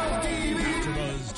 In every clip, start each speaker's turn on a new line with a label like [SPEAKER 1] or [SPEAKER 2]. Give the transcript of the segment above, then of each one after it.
[SPEAKER 1] AfterBuzz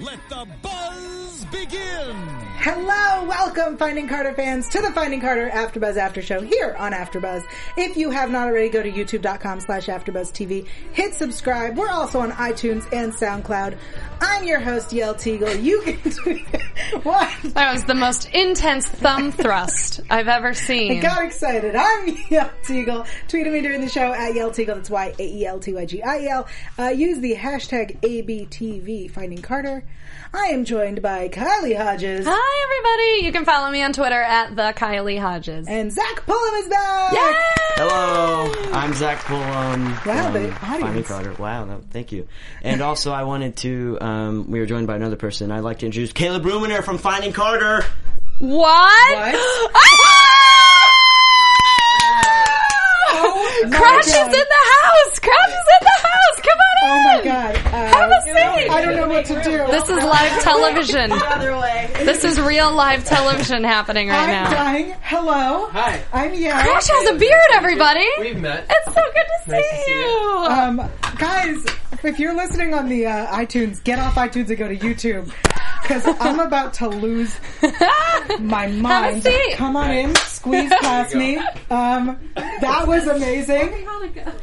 [SPEAKER 1] let the buzz begin.
[SPEAKER 2] Hello, welcome Finding Carter fans to the Finding Carter AfterBuzz After Show here on AfterBuzz. If you have not already, go to youtube.com slash AfterBuzzTV, hit subscribe. We're also on iTunes and SoundCloud. I'm your host, Yel Teagle. You can do what?
[SPEAKER 3] That was the most intense thumb thrust I've ever seen.
[SPEAKER 2] Got excited. I'm Yel Teagle. Tweet at me during the show at Yel Teagle. That's Y A E L T Y G I E L. Uh, use the hashtag ABTV Finding Carter. I am joined by Kylie Hodges.
[SPEAKER 3] Hi, everybody. You can follow me on Twitter at the Kylie Hodges.
[SPEAKER 2] And Zach Pullum is back!
[SPEAKER 3] Yay!
[SPEAKER 4] Hello, I'm Zach Pullum.
[SPEAKER 2] Wow,
[SPEAKER 4] from
[SPEAKER 2] the audience.
[SPEAKER 4] Finding Carter. Wow, that, thank you. And also, I wanted to. Um, we were joined by another person. I'd like to introduce Caleb Ruminer from Finding Carter.
[SPEAKER 3] What?
[SPEAKER 2] What?
[SPEAKER 5] Oh
[SPEAKER 3] Ah!
[SPEAKER 2] my
[SPEAKER 3] Crash is
[SPEAKER 2] God.
[SPEAKER 3] in the house. Crash is in the house. Come on
[SPEAKER 2] Oh my
[SPEAKER 3] in.
[SPEAKER 2] god. Uh,
[SPEAKER 3] Have a seat.
[SPEAKER 2] I don't know what to do.
[SPEAKER 3] This is live television. This is real live television happening right
[SPEAKER 2] I'm
[SPEAKER 3] now.
[SPEAKER 2] dying. Hello.
[SPEAKER 5] Hi.
[SPEAKER 2] I'm Yel.
[SPEAKER 3] Crash has a beard, everybody.
[SPEAKER 5] We've met.
[SPEAKER 3] It's so good to see
[SPEAKER 5] Nice to see
[SPEAKER 3] you.
[SPEAKER 5] you.
[SPEAKER 2] Um, guys, if you're listening on the uh, iTunes, get off iTunes and go to YouTube because I'm about to lose my mind.
[SPEAKER 3] seat.
[SPEAKER 2] Come on in, squeeze past
[SPEAKER 5] There
[SPEAKER 2] me.
[SPEAKER 5] you
[SPEAKER 2] Um, that was amazing.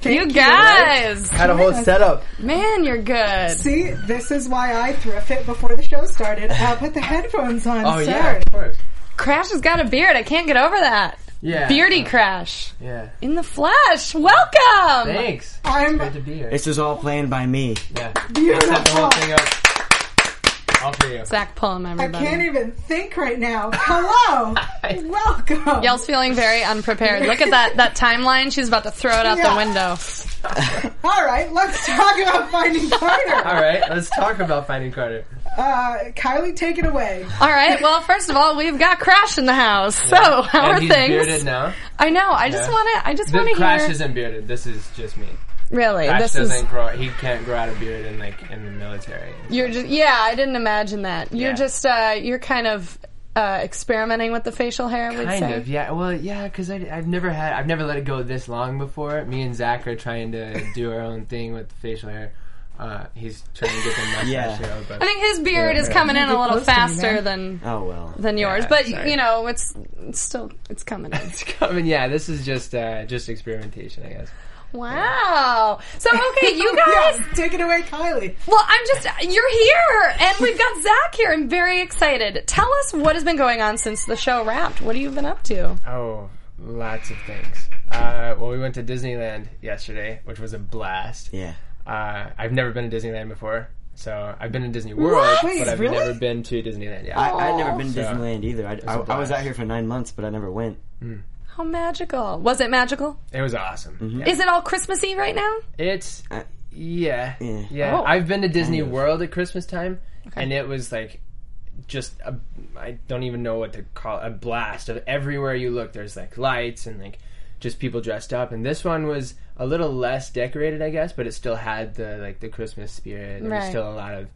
[SPEAKER 3] you guys.
[SPEAKER 5] Had a whole setup.
[SPEAKER 3] Man, you're good.
[SPEAKER 2] See, this is why I thrift it before the show started. I'll put the headphones on.
[SPEAKER 5] Oh
[SPEAKER 2] sir.
[SPEAKER 5] yeah, of course.
[SPEAKER 3] Crash has got a beard. I can't get over that.
[SPEAKER 5] Yeah. Oh,
[SPEAKER 3] Beardy Crash.
[SPEAKER 5] Yeah.
[SPEAKER 3] In the flesh. Welcome.
[SPEAKER 5] Thanks.
[SPEAKER 2] I'm
[SPEAKER 5] Good to be here.
[SPEAKER 4] This is all planned by me.
[SPEAKER 5] yeah. Set the
[SPEAKER 2] beautiful.
[SPEAKER 5] whole thing up. All for you.
[SPEAKER 3] Zach Pullum,
[SPEAKER 2] I
[SPEAKER 3] everybody.
[SPEAKER 2] can't even think right now. Hello. Welcome.
[SPEAKER 3] Yell's feeling very unprepared. Look at that that timeline. She's about to throw it out
[SPEAKER 2] Yeah.
[SPEAKER 3] the window.
[SPEAKER 2] All right, let's talk about Finding Carter.
[SPEAKER 5] All right, let's talk about Finding Carter.
[SPEAKER 2] Uh, Kylie, take it away.
[SPEAKER 3] All right. Well, first of all, we've got Crash in the house. So Oh, how
[SPEAKER 5] and
[SPEAKER 3] are
[SPEAKER 5] he's
[SPEAKER 3] things?
[SPEAKER 5] bearded now.
[SPEAKER 3] I know. I just
[SPEAKER 5] Yeah.
[SPEAKER 3] want to. I just
[SPEAKER 5] The
[SPEAKER 3] want to
[SPEAKER 5] Crash
[SPEAKER 3] hear.
[SPEAKER 5] isn't bearded. This is just me.
[SPEAKER 3] really,
[SPEAKER 5] Crash
[SPEAKER 3] this
[SPEAKER 5] doesn't
[SPEAKER 3] is.
[SPEAKER 5] grow. He can't grow out a beard in like in the military.
[SPEAKER 3] You're just. Yeah, I didn't imagine that. You're
[SPEAKER 5] Yeah.
[SPEAKER 3] just. uh You're kind of uh experimenting with the facial hair. We'd
[SPEAKER 5] Kind
[SPEAKER 3] say.
[SPEAKER 5] of, yeah. Well, yeah, because I've never had, I've never let it go this long before. Me and Zach are trying to do our own thing with facial hair. Uh, he's trying to get the mustache
[SPEAKER 4] Yeah.
[SPEAKER 5] hair, but
[SPEAKER 3] I think his beard is coming in a little
[SPEAKER 2] close to me,
[SPEAKER 3] faster
[SPEAKER 2] man.
[SPEAKER 3] than
[SPEAKER 4] Oh well.
[SPEAKER 3] than yours,
[SPEAKER 5] Yeah,
[SPEAKER 3] but
[SPEAKER 5] sorry.
[SPEAKER 3] you know it's, it's still it's coming in.
[SPEAKER 5] it's coming. Yeah, this is just uh, just experimentation, I guess.
[SPEAKER 3] Wow. So okay, you guys.
[SPEAKER 2] Yeah, take it away, Kylie.
[SPEAKER 3] Well, I'm just you're here, and we've got Zach here. I'm very excited. Tell us what has been going on since the show wrapped. What have you been up to?
[SPEAKER 5] Oh, lots of things. Uh, well, we went to Disneyland yesterday, which was a blast.
[SPEAKER 4] Yeah.
[SPEAKER 5] Uh, I've never been to Disneyland before, so I've been to Disney World,
[SPEAKER 2] Wait,
[SPEAKER 5] but I've
[SPEAKER 2] really?
[SPEAKER 5] never been to Disneyland. Yeah,
[SPEAKER 4] I, I'd never been to
[SPEAKER 5] Yeah.
[SPEAKER 4] Disneyland either. I, I, I was out here for nine months, but I never went.
[SPEAKER 3] How magical was it? Magical?
[SPEAKER 5] it was awesome.
[SPEAKER 4] Mm-hmm.
[SPEAKER 5] Yeah.
[SPEAKER 3] Is it all Christmassy right now?
[SPEAKER 5] It's
[SPEAKER 4] Uh,
[SPEAKER 5] yeah,
[SPEAKER 4] Yeah.
[SPEAKER 5] yeah.
[SPEAKER 3] Oh.
[SPEAKER 5] I've been to Disney
[SPEAKER 4] Kind of.
[SPEAKER 5] World at Christmas time, and it was like just a, I don't even know what to call it, a blast of everywhere you look. There's like lights and like just people dressed up, and this one was a little less decorated, I guess, but it still had the like the Christmas spirit. There was
[SPEAKER 3] Right.
[SPEAKER 5] still a lot of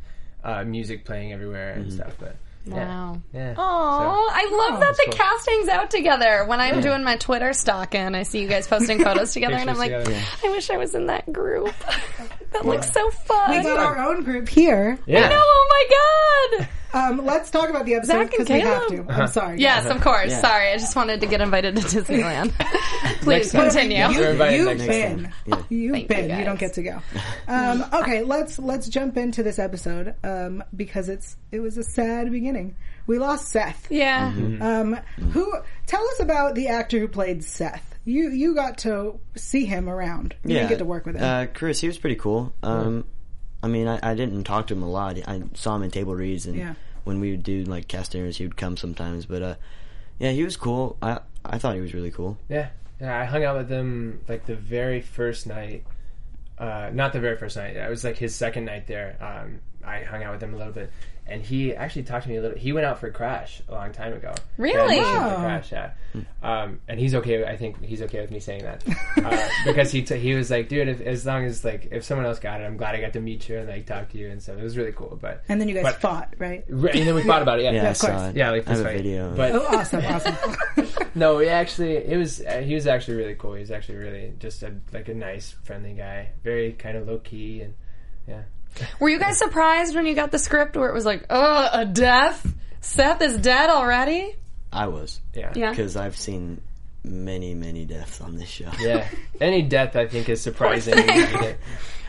[SPEAKER 5] uh, music playing everywhere and stuff, but yeah.
[SPEAKER 3] Wow.
[SPEAKER 5] Yeah.
[SPEAKER 3] Oh, I love that the
[SPEAKER 5] cool.
[SPEAKER 3] cast hangs out together. When I'm doing my Twitter stalking, I see you guys posting photos together, and I'm like,
[SPEAKER 5] Pictures together.
[SPEAKER 3] I wish I was in that group. that looks so fun.
[SPEAKER 2] We got our own group here.
[SPEAKER 5] Yeah.
[SPEAKER 3] Oh my god!
[SPEAKER 2] Um, let's talk about the episode
[SPEAKER 3] Zach and
[SPEAKER 2] because we have to.
[SPEAKER 3] Caleb. Uh-huh.
[SPEAKER 2] I'm sorry.
[SPEAKER 3] Yes, of course.
[SPEAKER 4] Yeah.
[SPEAKER 3] Sorry, I just wanted to get invited to Disneyland. Please
[SPEAKER 5] Next time.
[SPEAKER 3] continue.
[SPEAKER 2] You,
[SPEAKER 5] We're invited
[SPEAKER 2] you've
[SPEAKER 5] next
[SPEAKER 2] been,
[SPEAKER 5] time.
[SPEAKER 4] Yeah.
[SPEAKER 2] you've
[SPEAKER 3] Thank you,
[SPEAKER 2] been. You,
[SPEAKER 3] guys.
[SPEAKER 2] don't get to go. Um, okay, let's let's jump into this episode um, because it's it was a sad beginning. We lost Seth.
[SPEAKER 3] Yeah.
[SPEAKER 4] Mm-hmm.
[SPEAKER 2] Um, who? Tell us about the actor who played Seth. You you got to see him around. You didn't get to work with him.
[SPEAKER 4] Uh, Chris, he was pretty cool. Um, I mean, I, I didn't talk to him a lot. I saw him in table reads, and
[SPEAKER 2] Yeah.
[SPEAKER 4] when we would do like cast dinners, he would come sometimes. But uh, yeah, he was cool. I I thought he was really cool.
[SPEAKER 5] Yeah. and I hung out with him like the very first night. Uh, not the very first night. It was like his second night there. Um, I hung out with him a little bit, and he actually talked to me a little. He went out for Crash a long time ago.
[SPEAKER 3] Really?
[SPEAKER 5] Yeah, he went out
[SPEAKER 2] Wow.
[SPEAKER 5] for Crash, yeah. Um, and he's okay. I think he's okay with me saying that uh, because he t- he was like, dude, if, as long as like if someone else got it, I'm glad I got to meet you and like talk to you and stuff. It was really cool. But
[SPEAKER 2] And then you guys
[SPEAKER 5] But-
[SPEAKER 2] fought, right?
[SPEAKER 5] Right, and then we thought about it. Yeah,
[SPEAKER 4] Yeah,
[SPEAKER 5] yeah,
[SPEAKER 4] I
[SPEAKER 2] course.
[SPEAKER 4] saw it.
[SPEAKER 5] like
[SPEAKER 4] I
[SPEAKER 5] this
[SPEAKER 4] have
[SPEAKER 5] fight.
[SPEAKER 4] a video.
[SPEAKER 5] But
[SPEAKER 2] Oh, awesome, awesome.
[SPEAKER 5] no, we actually, it was uh, he was actually really cool. He was actually really just a like a nice, friendly guy. Very kind of low key and yeah.
[SPEAKER 3] Were you guys surprised when you got the script where it was like, oh, a death? Seth is dead already?
[SPEAKER 4] I was
[SPEAKER 5] Yeah.
[SPEAKER 3] Yeah.
[SPEAKER 4] because I've seen many, many deaths on this show.
[SPEAKER 5] Yeah. Any death, I think, is surprising.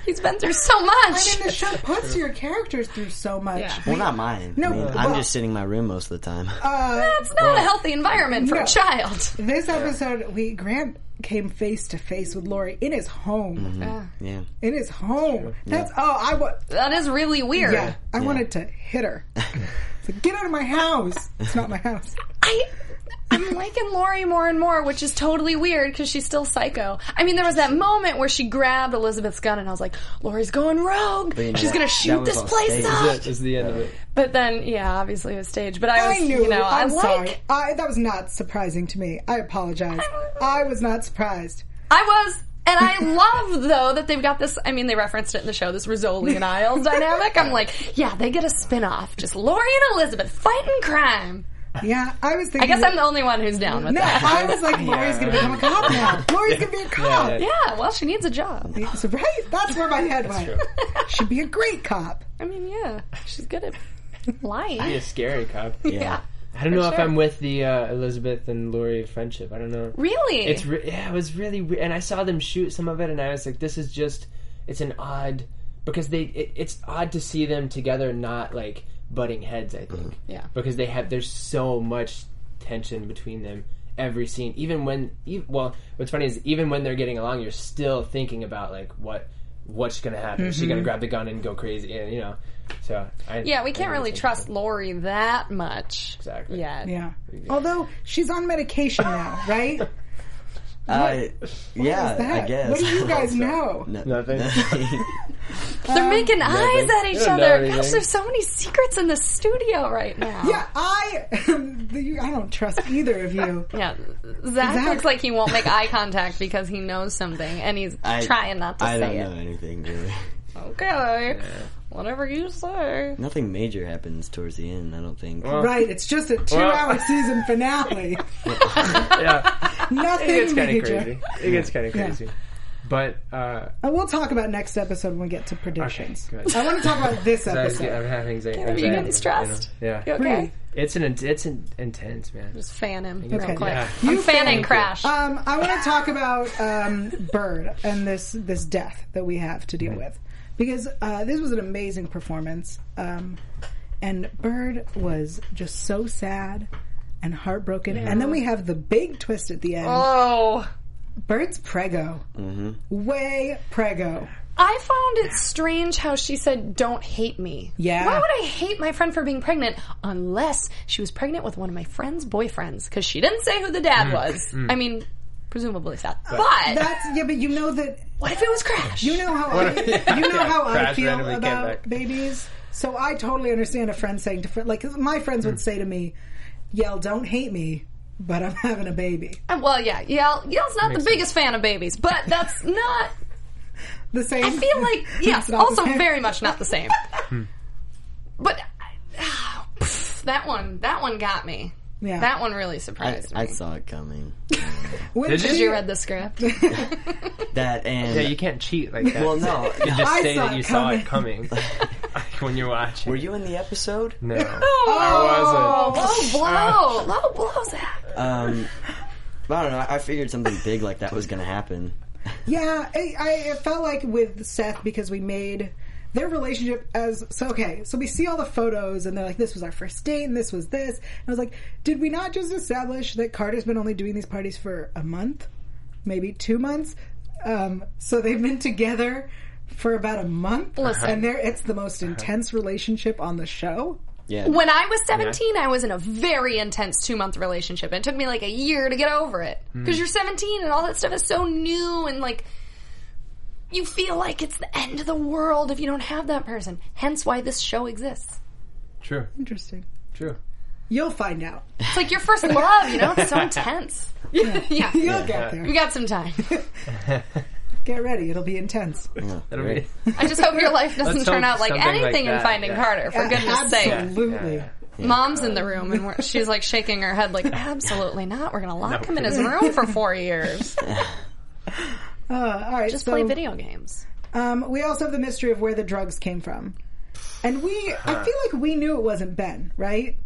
[SPEAKER 3] He's been through so much.
[SPEAKER 2] and the show puts your characters through so much.
[SPEAKER 4] Well, not mine.
[SPEAKER 2] No,
[SPEAKER 4] I mean,
[SPEAKER 2] well-
[SPEAKER 4] I'm just sitting in my room most of the time.
[SPEAKER 2] Uh,
[SPEAKER 3] That's not a healthy environment for
[SPEAKER 2] No.
[SPEAKER 3] a child.
[SPEAKER 2] this episode, we Grant came face to face with Lori in his home.
[SPEAKER 4] yeah.
[SPEAKER 2] In his home. That's oh, I wa-
[SPEAKER 3] That is really weird.
[SPEAKER 2] yeah, I wanted to hit her. So get out of my house. It's not my house.
[SPEAKER 3] I, I'm liking Lori more and more, which is totally weird because she's still psycho. I mean, there was that moment where she grabbed Elizabeth's gun, and I was like, "Lori's going rogue.
[SPEAKER 4] you know
[SPEAKER 3] she's
[SPEAKER 4] what?
[SPEAKER 3] gonna
[SPEAKER 4] That
[SPEAKER 3] shoot
[SPEAKER 4] was
[SPEAKER 3] this
[SPEAKER 4] all
[SPEAKER 3] place
[SPEAKER 4] staged.
[SPEAKER 3] up."
[SPEAKER 5] That is the end of it.
[SPEAKER 3] But then, yeah, obviously it was staged. But I was,
[SPEAKER 2] I knew.
[SPEAKER 3] you know, I
[SPEAKER 2] I'm
[SPEAKER 3] like.
[SPEAKER 2] sorry. I, that was not surprising to me. I apologize. I was not surprised.
[SPEAKER 3] I was. And I love though that they've got this. I mean, they referenced it in the show, this Rizzoli and Isles dynamic. I'm like, yeah, they get a spin-off. just Lori and Elizabeth fighting crime.
[SPEAKER 2] Yeah, I was
[SPEAKER 3] I
[SPEAKER 2] thinking.
[SPEAKER 3] guess I'm the only one who's down with
[SPEAKER 2] no,
[SPEAKER 3] that.
[SPEAKER 2] I was like, Lori's gonna become a cop now. Lori's gonna be a cop.
[SPEAKER 3] Yeah, well, she needs a job.
[SPEAKER 2] So, right? That's where my head went. She'd be a great cop.
[SPEAKER 3] I mean, yeah, she's good at lying.
[SPEAKER 5] Be a scary cop.
[SPEAKER 3] Yeah.
[SPEAKER 5] I don't know if
[SPEAKER 3] sure.
[SPEAKER 5] I'm with the uh, Elizabeth and Lori friendship. I don't know.
[SPEAKER 3] Really?
[SPEAKER 5] It's re- yeah, it was really weird. And I saw them shoot some of it, and I was like, this is just it's an odd because they it, it's odd to see them together, not like butting heads. I think
[SPEAKER 3] Mm-hmm. Yeah.
[SPEAKER 5] because they have there's so much tension between them every scene. Even when ev well, what's funny is even when they're getting along, you're still thinking about like what what's gonna happen. Is she gonna grab the gun and go crazy? And, you know, so I,
[SPEAKER 3] Mm-hmm. yeah, we can't
[SPEAKER 5] I
[SPEAKER 3] really
[SPEAKER 5] think
[SPEAKER 3] trust Lori that much.
[SPEAKER 5] exactly.
[SPEAKER 3] Yeah.
[SPEAKER 2] Yeah. Although she's on medication now, right?
[SPEAKER 4] Uh, yeah,
[SPEAKER 2] That-
[SPEAKER 4] I guess.
[SPEAKER 2] What do you guys know?
[SPEAKER 4] No-
[SPEAKER 5] Nothing.
[SPEAKER 3] They're making eyes at each
[SPEAKER 5] don't know
[SPEAKER 3] other. Gosh,
[SPEAKER 5] anything.
[SPEAKER 3] there's so many secrets in the studio right now.
[SPEAKER 2] Yeah, I you- I don't trust either of you.
[SPEAKER 3] Yeah, Zach,
[SPEAKER 2] Zach-
[SPEAKER 3] looks like he won't make eye contact because he knows something and he's
[SPEAKER 4] I-
[SPEAKER 3] trying not to
[SPEAKER 4] I
[SPEAKER 3] say
[SPEAKER 4] don't
[SPEAKER 3] it.
[SPEAKER 4] know anything really.
[SPEAKER 3] Okay, whatever you say.
[SPEAKER 4] Nothing major happens towards the end. I don't think.
[SPEAKER 2] Right, it's just a two-hour season finale.
[SPEAKER 5] yeah,
[SPEAKER 2] Nothing
[SPEAKER 5] it gets kind
[SPEAKER 2] major.
[SPEAKER 5] of crazy. It gets kind of crazy. But uh,
[SPEAKER 2] And we'll talk about next episode when we get to predictions.
[SPEAKER 5] good.
[SPEAKER 2] I want to talk about this
[SPEAKER 5] I was,
[SPEAKER 2] episode.
[SPEAKER 5] I'm having anxiety.
[SPEAKER 3] Are you getting stressed?
[SPEAKER 5] Yeah.
[SPEAKER 3] You okay?
[SPEAKER 5] It's an it's an intense man.
[SPEAKER 3] Just fan him
[SPEAKER 2] Okay.
[SPEAKER 3] real quick.
[SPEAKER 5] Yeah.
[SPEAKER 3] I'm
[SPEAKER 2] You fan
[SPEAKER 3] fanning
[SPEAKER 2] him.
[SPEAKER 3] Crash.
[SPEAKER 2] Um, I want to talk about um, Bird and this this death that we have to deal with because uh, this was an amazing performance, um, and Bird was just so sad and heartbroken. And then we have the big twist at the end.
[SPEAKER 3] oh.
[SPEAKER 2] Bird's prego, way prego.
[SPEAKER 3] I found it strange how she said, "Don't hate me."
[SPEAKER 2] Yeah.
[SPEAKER 3] Why would I hate my friend for being pregnant unless she was pregnant with one of my friend's boyfriends? Because she didn't say who the dad was. I mean, presumably Seth. But,
[SPEAKER 2] That's yeah, but you know that
[SPEAKER 3] what if it was Crash?
[SPEAKER 2] you know how I, you know how I
[SPEAKER 5] Crash
[SPEAKER 2] feel
[SPEAKER 5] randomly came
[SPEAKER 2] about
[SPEAKER 5] back.
[SPEAKER 2] babies. So I totally understand a friend saying to friend like 'cause my friends
[SPEAKER 5] Hmm.
[SPEAKER 2] would say to me, "Yell, don't hate me." But I'm having a baby.
[SPEAKER 3] Uh, well, yeah, Yale. Yale's not the biggest fan of babies, but that's not.
[SPEAKER 2] The same.
[SPEAKER 3] I feel like
[SPEAKER 2] It's
[SPEAKER 3] yes,
[SPEAKER 2] not the
[SPEAKER 3] also
[SPEAKER 2] same.
[SPEAKER 3] very much not the same.
[SPEAKER 4] Hmm.
[SPEAKER 3] but ah, pff, that one, that one got me.
[SPEAKER 2] Yeah.
[SPEAKER 3] That one really
[SPEAKER 4] I,
[SPEAKER 3] surprised
[SPEAKER 4] I
[SPEAKER 3] me.
[SPEAKER 4] saw it coming.
[SPEAKER 2] When
[SPEAKER 5] Did
[SPEAKER 2] she-
[SPEAKER 3] Did you read the script?
[SPEAKER 4] That and
[SPEAKER 5] Yeah, you can't cheat like that.
[SPEAKER 4] well, no.
[SPEAKER 5] You just
[SPEAKER 2] I
[SPEAKER 5] say
[SPEAKER 2] saw
[SPEAKER 5] that
[SPEAKER 2] it
[SPEAKER 5] you saw it coming when you're watching.
[SPEAKER 4] Were you in the episode?
[SPEAKER 5] No,
[SPEAKER 3] Oh,
[SPEAKER 5] I wasn't.
[SPEAKER 4] uh,
[SPEAKER 3] low blow, low blow, Zach.
[SPEAKER 4] Um, I don't know. I I figured something big like that was going to happen.
[SPEAKER 2] Yeah, I, I it felt like with Seth because we made their relationship as so okay. So we see all the photos and they're like, "This was our first date and this was this." And I was like, "Did we not just establish that Carter's been only doing these parties for a month, maybe two months? Um, so they've been together." For about a month,
[SPEAKER 3] Listen.
[SPEAKER 5] Uh-huh.
[SPEAKER 2] and there it's the most intense relationship on the show.
[SPEAKER 4] Yeah.
[SPEAKER 3] When I was 17, I was in a very intense two month relationship. It took me like a year to get over it.
[SPEAKER 4] Hmm.
[SPEAKER 3] Because you're 17 and all that stuff is so new and like, you feel like it's the end of the world if you don't have that person. Hence why this show exists.
[SPEAKER 5] True.
[SPEAKER 2] Interesting.
[SPEAKER 5] True.
[SPEAKER 2] You'll find out.
[SPEAKER 3] It's like your first love, you know? It's so intense. Yeah.
[SPEAKER 2] You'll get there.
[SPEAKER 3] We got some time.
[SPEAKER 2] Get ready. It'll be intense.
[SPEAKER 5] That'll be.
[SPEAKER 3] I just hope your life doesn't
[SPEAKER 5] Let's
[SPEAKER 3] turn
[SPEAKER 5] hope
[SPEAKER 3] out like
[SPEAKER 5] something like
[SPEAKER 3] anything in
[SPEAKER 5] that,
[SPEAKER 3] Finding
[SPEAKER 5] yeah.
[SPEAKER 3] Carter, for goodness sake.
[SPEAKER 2] Absolutely.
[SPEAKER 5] Yeah.
[SPEAKER 3] Mom's in the room and we're, she's like shaking her head, like, absolutely not. We're going to lock him in his room for four years.
[SPEAKER 2] Uh, all right.
[SPEAKER 3] Just
[SPEAKER 2] so,
[SPEAKER 3] play video games.
[SPEAKER 2] Um, we also have the mystery of where the drugs came from. And we, I feel like we knew it wasn't Ben, right?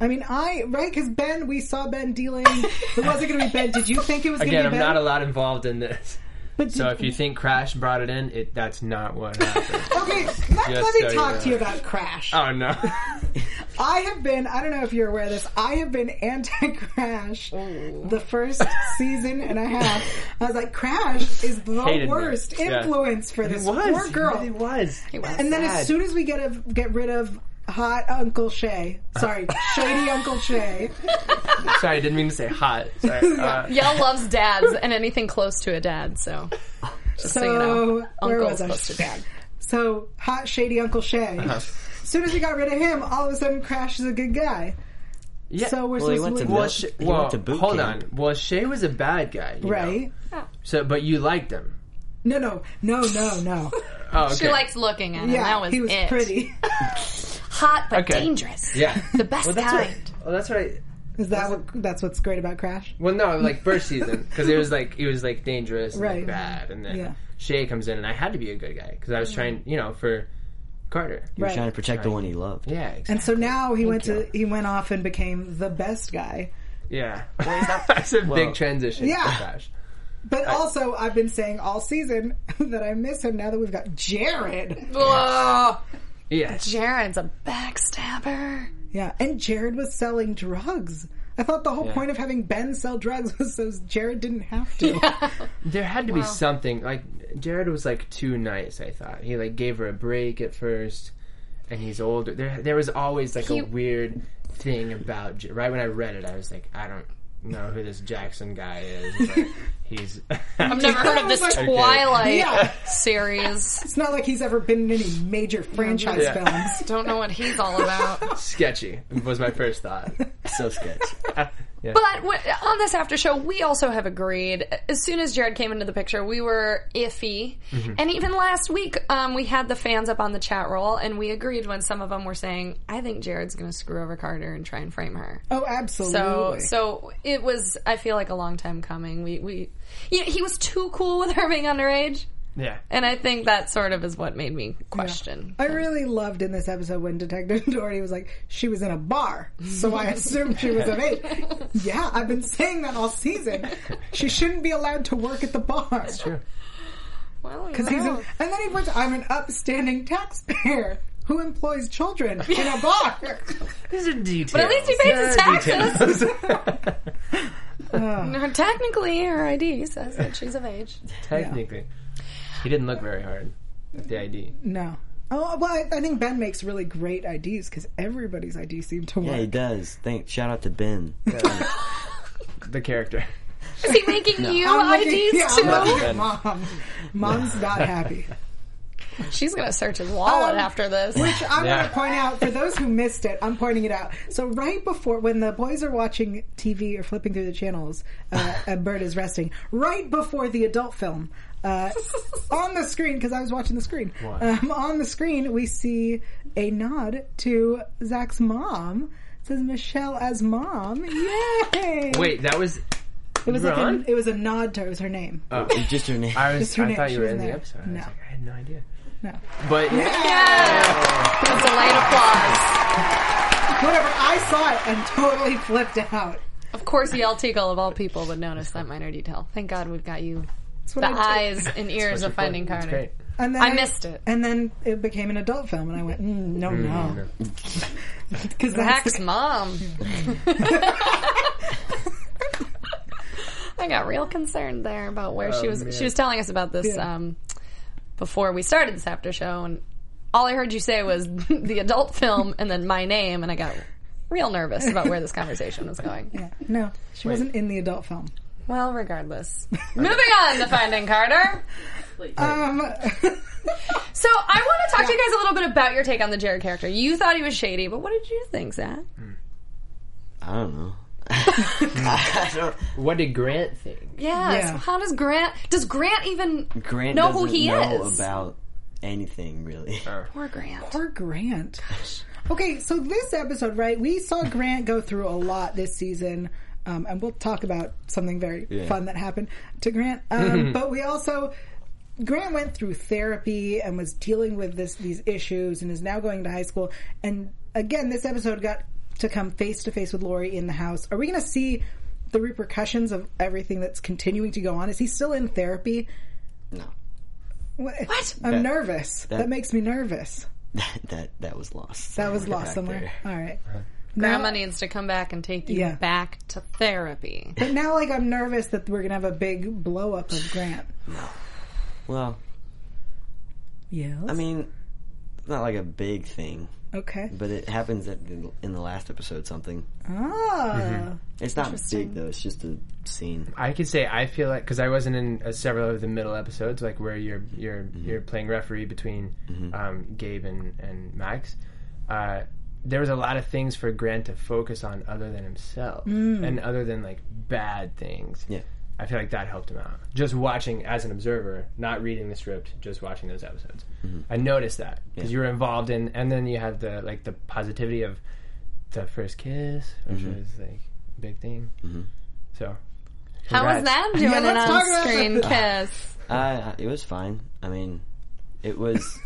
[SPEAKER 2] I mean, I, right? Because Ben, we saw Ben dealing. It wasn't going to be Ben. Did you think it was going to be
[SPEAKER 5] Again,
[SPEAKER 2] Ben?
[SPEAKER 5] I'm not a lot involved in this.
[SPEAKER 2] But
[SPEAKER 5] So
[SPEAKER 2] did-
[SPEAKER 5] if you think Crash brought it in, it that's not what happened.
[SPEAKER 2] Okay, let,
[SPEAKER 5] Yes,
[SPEAKER 2] let me
[SPEAKER 5] so
[SPEAKER 2] talk
[SPEAKER 5] yeah.
[SPEAKER 2] to you about Crash.
[SPEAKER 5] oh no.
[SPEAKER 2] I have been, I don't know if you're aware of this, I have been anti Crash the first season and a half. I was like, Crash is the
[SPEAKER 5] Hated me.
[SPEAKER 2] worst
[SPEAKER 5] Yeah.
[SPEAKER 2] influence for this poor girl.
[SPEAKER 5] He was.
[SPEAKER 2] and then as soon as we get of get rid of hot Uncle Shay, sorry, shady Uncle Shay,
[SPEAKER 5] Sorry, I didn't mean to say hot. Sorry. Uh,
[SPEAKER 3] Y'all loves dads and anything close to a dad, so. Just so,
[SPEAKER 2] so
[SPEAKER 3] you know.
[SPEAKER 2] Oh, where
[SPEAKER 3] Uncle's
[SPEAKER 2] was I?
[SPEAKER 3] close to dad.
[SPEAKER 2] So hot shady Uncle Shay.
[SPEAKER 5] Uh-huh.
[SPEAKER 2] As soon as we got rid of him, all of a sudden Crash is a good guy.
[SPEAKER 5] yeah.
[SPEAKER 2] So we're
[SPEAKER 4] Well, he
[SPEAKER 2] supposed
[SPEAKER 4] went
[SPEAKER 2] to
[SPEAKER 4] to
[SPEAKER 2] believe-
[SPEAKER 5] well,
[SPEAKER 4] Milk-
[SPEAKER 5] Sh-
[SPEAKER 4] he
[SPEAKER 5] well,
[SPEAKER 4] went to boot
[SPEAKER 5] hold
[SPEAKER 4] camp.
[SPEAKER 5] on. Well, Shay was a bad guy, you
[SPEAKER 2] right?
[SPEAKER 5] Know? So, but you liked him.
[SPEAKER 2] No, no, no, no, no.
[SPEAKER 5] Oh, okay.
[SPEAKER 3] She likes looking at him.
[SPEAKER 2] Yeah,
[SPEAKER 3] that was,
[SPEAKER 2] he was
[SPEAKER 3] it.
[SPEAKER 2] pretty.
[SPEAKER 3] Hot but
[SPEAKER 5] Okay.
[SPEAKER 3] dangerous.
[SPEAKER 5] Yeah.
[SPEAKER 3] The best
[SPEAKER 5] well, that's
[SPEAKER 3] kind.
[SPEAKER 5] What, well, that's what I.
[SPEAKER 2] Is that what, that's what's great about Crash?
[SPEAKER 5] Well, no, like first season because it was like it was like dangerous, and
[SPEAKER 2] Right.
[SPEAKER 5] Like bad, and then
[SPEAKER 2] Yeah.
[SPEAKER 5] Shay comes in, and I had to be a good guy because I was trying, you know, for Carter.
[SPEAKER 4] He was
[SPEAKER 2] Right.
[SPEAKER 4] trying to protect the one he loved.
[SPEAKER 5] Yeah. Exactly.
[SPEAKER 2] And so now he went to
[SPEAKER 4] you.
[SPEAKER 2] he went off and became the best guy.
[SPEAKER 5] yeah. that's a
[SPEAKER 4] Well-
[SPEAKER 5] big transition.
[SPEAKER 2] Yeah.
[SPEAKER 5] for Crash.
[SPEAKER 2] But also, I've been saying all season that I miss him. Now that we've got Jared,
[SPEAKER 3] Whoa.
[SPEAKER 5] Yeah.
[SPEAKER 3] Jared's a backstabber.
[SPEAKER 2] yeah, and Jared was selling drugs. I thought the whole point of having Ben sell drugs was so Jared didn't have to.
[SPEAKER 5] There had to be something. Like Jared was like too nice. I thought he like gave her a break at first, and he's older. There, there was always like
[SPEAKER 3] He-
[SPEAKER 5] a weird thing about. Ja- Right when I read it, I was like, I don't know who this Jackson guy is. But he's.
[SPEAKER 3] I've never heard of this
[SPEAKER 2] Okay.
[SPEAKER 3] Twilight
[SPEAKER 2] Yeah.
[SPEAKER 3] series.
[SPEAKER 2] It's not like he's ever been in any major franchise
[SPEAKER 5] Yeah.
[SPEAKER 2] films.
[SPEAKER 3] Don't know what he's all about.
[SPEAKER 5] sketchy was my first thought.
[SPEAKER 4] So sketchy.
[SPEAKER 5] yeah.
[SPEAKER 3] But w- on this after show, we also have agreed. As soon as Jared came into the picture, we were iffy. And even last week, um, we had the fans up on the chat roll, and we agreed when some of them were saying, "I think Jared's going to screw over Carter and try and frame her."
[SPEAKER 2] Oh,
[SPEAKER 3] So,
[SPEAKER 2] absolutely.
[SPEAKER 3] so it was. I feel like a long time coming. We, we, you know, he was too cool with her being underage,
[SPEAKER 5] yeah.
[SPEAKER 3] and I think that sort of is what made me question.
[SPEAKER 2] I really loved in this episode when Detective Doherty was like, she was in a bar, so I assumed she was of age. Yeah, I've been saying that all season. She shouldn't be allowed to work at the bar. That's true.
[SPEAKER 3] Well,
[SPEAKER 2] Because he's, an, and then he puts, I'm an upstanding taxpayer who employs children in a bar.
[SPEAKER 5] These are details.
[SPEAKER 3] But at least he pays his taxes. No, Technically, her ID says that she's of age.
[SPEAKER 5] Technically, he didn't look very hard at the ID.
[SPEAKER 2] No. Oh, well, I, I think Ben makes really great IDs because everybody's ID seemed to
[SPEAKER 4] Yeah, he
[SPEAKER 2] work.
[SPEAKER 4] does. Thank. Shout out to Ben.
[SPEAKER 5] The character.
[SPEAKER 3] Is he making you
[SPEAKER 2] I'm
[SPEAKER 3] IDs
[SPEAKER 2] looking- yeah, I'm
[SPEAKER 3] too?
[SPEAKER 2] looking at mom. Mom's not happy.
[SPEAKER 3] She's gonna search his wallet
[SPEAKER 2] Um,
[SPEAKER 3] after this.
[SPEAKER 2] Which I'm
[SPEAKER 5] Yeah.
[SPEAKER 2] going to point out for those who missed it. I'm pointing it out. So right before when the boys are watching TV or flipping through the channels, uh, and Bird is resting. Right before the adult film, uh, on the screen because I was watching the screen. Um, on the screen, we see a nod to Zach's mom. It says Michelle as mom. Yay!
[SPEAKER 5] Wait, that was.
[SPEAKER 2] it was
[SPEAKER 5] you were
[SPEAKER 2] like
[SPEAKER 5] on?
[SPEAKER 2] a, it was a nod to it was her name.
[SPEAKER 4] Just your name.
[SPEAKER 5] I was.
[SPEAKER 2] It's her
[SPEAKER 5] I
[SPEAKER 2] name.
[SPEAKER 5] thought
[SPEAKER 2] She
[SPEAKER 5] you were
[SPEAKER 2] was
[SPEAKER 5] in the
[SPEAKER 2] there.
[SPEAKER 5] episode. I
[SPEAKER 2] No.
[SPEAKER 5] was like, I had no idea.
[SPEAKER 2] No.
[SPEAKER 5] But
[SPEAKER 3] With delayed applause.
[SPEAKER 2] Whatever. I saw it and totally flipped out.
[SPEAKER 3] Of course, Yel Teagle of all people would notice that minor detail. Thank God we've got you.
[SPEAKER 2] That's what
[SPEAKER 3] The
[SPEAKER 2] I did.
[SPEAKER 3] eyes and ears of Finding
[SPEAKER 5] That's
[SPEAKER 3] Carter.
[SPEAKER 5] great.
[SPEAKER 2] And then
[SPEAKER 3] I missed it.
[SPEAKER 2] And then it became an adult film, and I went, mm, no, no. Because that's
[SPEAKER 3] Zach's
[SPEAKER 2] the,
[SPEAKER 3] mom. I got real concerned there about where she was. She was telling us about this um, before we started this after show, and all I heard you say was the adult film and then my name, and I got real nervous about where this conversation was going.
[SPEAKER 2] No, she wasn't in the adult film.
[SPEAKER 3] Well, regardless. Moving on to Finding Carter.
[SPEAKER 2] Um,
[SPEAKER 3] So I want to talk to you guys a little bit about your take on the Jared character. You thought he was shady, but what did you think, Zach?
[SPEAKER 4] I don't know. I don't-
[SPEAKER 5] What did Grant think?
[SPEAKER 3] Yes.
[SPEAKER 2] Yeah.
[SPEAKER 3] How does Grant? Does Grant even
[SPEAKER 4] Grant
[SPEAKER 3] know
[SPEAKER 4] doesn't
[SPEAKER 3] who he
[SPEAKER 4] know
[SPEAKER 3] is?
[SPEAKER 4] about anything really.
[SPEAKER 3] Poor Grant.
[SPEAKER 2] poor Grant. Okay, so this episode, right? We saw Grant go through a lot this season. Um, and we'll talk about something very fun that happened to Grant. Um, but we also, Grant went through therapy and was dealing with this these issues and is now going to high school. And again, this episode got to come face to face with Lori in the house. Are we going to see the repercussions of everything that's continuing to go on? Is he still in therapy?
[SPEAKER 4] No,
[SPEAKER 2] What? I'm
[SPEAKER 4] That-
[SPEAKER 2] nervous. That, makes me nervous.
[SPEAKER 4] that that, that was lost.
[SPEAKER 2] That was
[SPEAKER 4] somewhere
[SPEAKER 2] lost
[SPEAKER 4] back
[SPEAKER 2] somewhere.
[SPEAKER 4] there.
[SPEAKER 2] All right.
[SPEAKER 3] Grandma
[SPEAKER 2] Now-
[SPEAKER 3] needs to come back and take you
[SPEAKER 2] Yeah.
[SPEAKER 3] back to therapy.
[SPEAKER 2] But now, like, I'm nervous that we're gonna have a big blow up of Grant.
[SPEAKER 4] Well,
[SPEAKER 2] Yeah.
[SPEAKER 4] I mean, it's not like a big thing,
[SPEAKER 2] Okay.
[SPEAKER 4] but it happens at the, in the last episode. Something.
[SPEAKER 3] Mm-hmm.
[SPEAKER 2] Ah.
[SPEAKER 4] It's not big though. It's just a scene.
[SPEAKER 5] I could say I feel like because I wasn't in uh, several of the middle episodes, like where you're you're you're playing referee between um, Gabe and and Max. Uh, there was a lot of things for Grant to focus on other than himself and other than like bad things.
[SPEAKER 4] Yeah.
[SPEAKER 5] I feel like that helped him out. Just watching as an observer, not reading the script, just watching those episodes. I noticed that because you were involved in, and then you had the like the positivity of the first kiss, which was like a big thing. So
[SPEAKER 3] How was
[SPEAKER 5] Congrats.
[SPEAKER 3] that doing
[SPEAKER 2] let's
[SPEAKER 3] an
[SPEAKER 2] talk about
[SPEAKER 3] on-screen kiss?
[SPEAKER 4] Uh, it was fine. I mean, it was.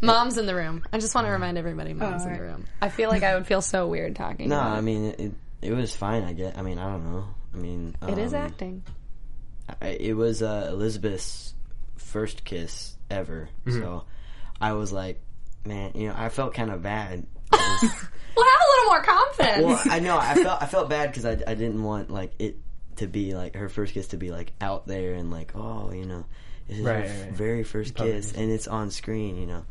[SPEAKER 3] Mom's in the room. I just want to remind everybody, mom's in
[SPEAKER 2] alright.
[SPEAKER 3] the room. I feel like I would feel so weird talking.
[SPEAKER 4] no,
[SPEAKER 3] about
[SPEAKER 4] I mean it. It was fine. I get. I mean, I don't know. I mean,
[SPEAKER 3] it. it is
[SPEAKER 4] um,
[SPEAKER 3] acting.
[SPEAKER 4] I, it was uh, Elizabeth's first kiss ever.
[SPEAKER 5] Mm-hmm.
[SPEAKER 4] So I was like, man, you know, I felt kind of bad. I was-
[SPEAKER 3] Well, have a little more confidence.
[SPEAKER 4] well, I know I felt I felt bad because I, I didn't want like it to be like her first kiss to be like out there and like oh you know this is
[SPEAKER 5] Right,
[SPEAKER 4] her
[SPEAKER 5] right, right.
[SPEAKER 4] very first
[SPEAKER 5] Public
[SPEAKER 4] kiss
[SPEAKER 5] kiss.
[SPEAKER 4] and it's on screen you know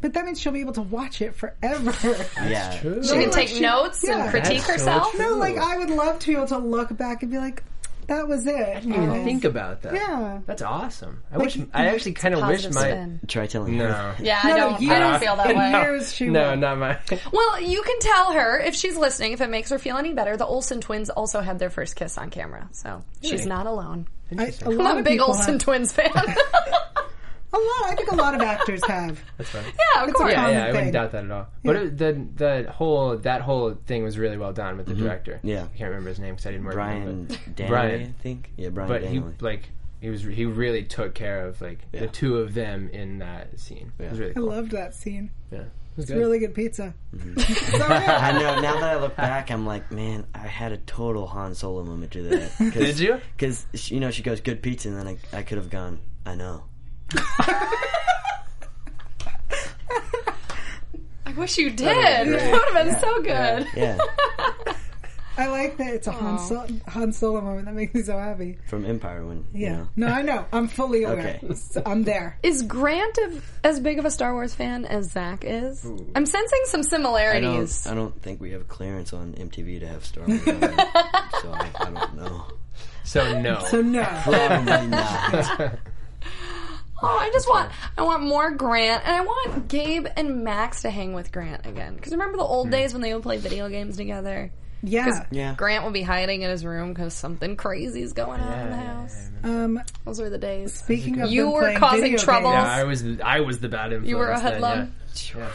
[SPEAKER 2] But that means she'll be able to watch it forever.
[SPEAKER 4] yeah
[SPEAKER 3] she can
[SPEAKER 2] like
[SPEAKER 3] take
[SPEAKER 2] she-
[SPEAKER 3] notes
[SPEAKER 2] yeah.
[SPEAKER 3] and critique
[SPEAKER 5] That's so
[SPEAKER 3] herself.
[SPEAKER 5] true.
[SPEAKER 2] no, like I would love to be able to look back and be like, "That was it."
[SPEAKER 5] I didn't even think about that.
[SPEAKER 2] Yeah.
[SPEAKER 5] that's awesome. I wish.
[SPEAKER 2] you-
[SPEAKER 5] I actually kind of wish
[SPEAKER 3] Positive
[SPEAKER 5] my.
[SPEAKER 3] spin.
[SPEAKER 4] try telling her
[SPEAKER 5] No.
[SPEAKER 3] Yeah, I
[SPEAKER 2] No,
[SPEAKER 3] don't.
[SPEAKER 2] you-
[SPEAKER 3] I don't feel that way.
[SPEAKER 2] No. Years she
[SPEAKER 5] no,
[SPEAKER 2] won't.
[SPEAKER 5] not my.
[SPEAKER 3] Well, you can tell her if she's listening. If it makes her feel any better, the Olsen twins also had their first kiss on camera, so she's not alone.
[SPEAKER 2] I, a
[SPEAKER 3] I'm
[SPEAKER 2] lot
[SPEAKER 3] a
[SPEAKER 2] of
[SPEAKER 3] big
[SPEAKER 2] people
[SPEAKER 3] Olsen
[SPEAKER 2] have-
[SPEAKER 3] twins fan. yeah,
[SPEAKER 2] A lot. I think a lot of actors have.
[SPEAKER 5] That's funny.
[SPEAKER 3] of
[SPEAKER 2] a
[SPEAKER 3] course.
[SPEAKER 5] Yeah,
[SPEAKER 2] common
[SPEAKER 5] yeah, I
[SPEAKER 2] thing.
[SPEAKER 5] wouldn't doubt that at all. But it, the the whole that whole thing was really well done with the director.
[SPEAKER 4] Mm-hmm. Yeah.
[SPEAKER 5] I can't remember his name because I didn't work. with him,
[SPEAKER 4] Brian
[SPEAKER 5] but-
[SPEAKER 4] Danny
[SPEAKER 5] Brian.
[SPEAKER 4] I think yeah Brian
[SPEAKER 5] but he
[SPEAKER 4] Danny
[SPEAKER 5] like he was he really took care of like
[SPEAKER 4] Yeah.
[SPEAKER 5] the two of them in that scene. It was
[SPEAKER 4] Yeah.
[SPEAKER 5] really
[SPEAKER 2] I
[SPEAKER 5] cool.
[SPEAKER 2] loved that scene.
[SPEAKER 5] yeah, it was
[SPEAKER 2] It's
[SPEAKER 5] good.
[SPEAKER 2] really good pizza.
[SPEAKER 4] I know now that I look back I'm like man I had a total Han Solo moment to that Cause,
[SPEAKER 5] Did you?
[SPEAKER 4] because you know she goes good pizza and then I I could have gone I know
[SPEAKER 3] I wish you did. That would have been so good.
[SPEAKER 4] yeah
[SPEAKER 2] I like that it's a Han, Sol- Han Solo moment. That makes me so happy.
[SPEAKER 4] from Empire when you
[SPEAKER 2] Yeah.
[SPEAKER 4] know
[SPEAKER 2] No, I know. I'm fully aware.
[SPEAKER 4] Okay.
[SPEAKER 2] So I'm there.
[SPEAKER 3] Is Grant of, as big of a Star Wars fan as Zach is? I'm sensing some
[SPEAKER 4] I don't,
[SPEAKER 3] similarities.
[SPEAKER 4] I don't think we have clearance on MTV to have Star Wars, on it, so I, I don't know.
[SPEAKER 5] So no.
[SPEAKER 2] So no.
[SPEAKER 4] Probably not.
[SPEAKER 3] Oh, I just want I want more Grant, and I want Gabe and Max to hang with Grant again. Because remember the old days when they would play video games together.
[SPEAKER 2] Yeah.
[SPEAKER 4] Hmm. Yeah,
[SPEAKER 3] Grant would be hiding in his room because something crazy is going
[SPEAKER 5] Uh,
[SPEAKER 3] on in the house.
[SPEAKER 2] Um,
[SPEAKER 3] Those were the days.
[SPEAKER 2] speaking of
[SPEAKER 3] You
[SPEAKER 2] them
[SPEAKER 3] were
[SPEAKER 2] playing
[SPEAKER 3] causing
[SPEAKER 2] video
[SPEAKER 3] trouble.
[SPEAKER 2] games-
[SPEAKER 5] yeah, I was I was the bad influence.
[SPEAKER 3] You were a
[SPEAKER 5] then, yeah.
[SPEAKER 3] hoodlum.
[SPEAKER 5] Yeah.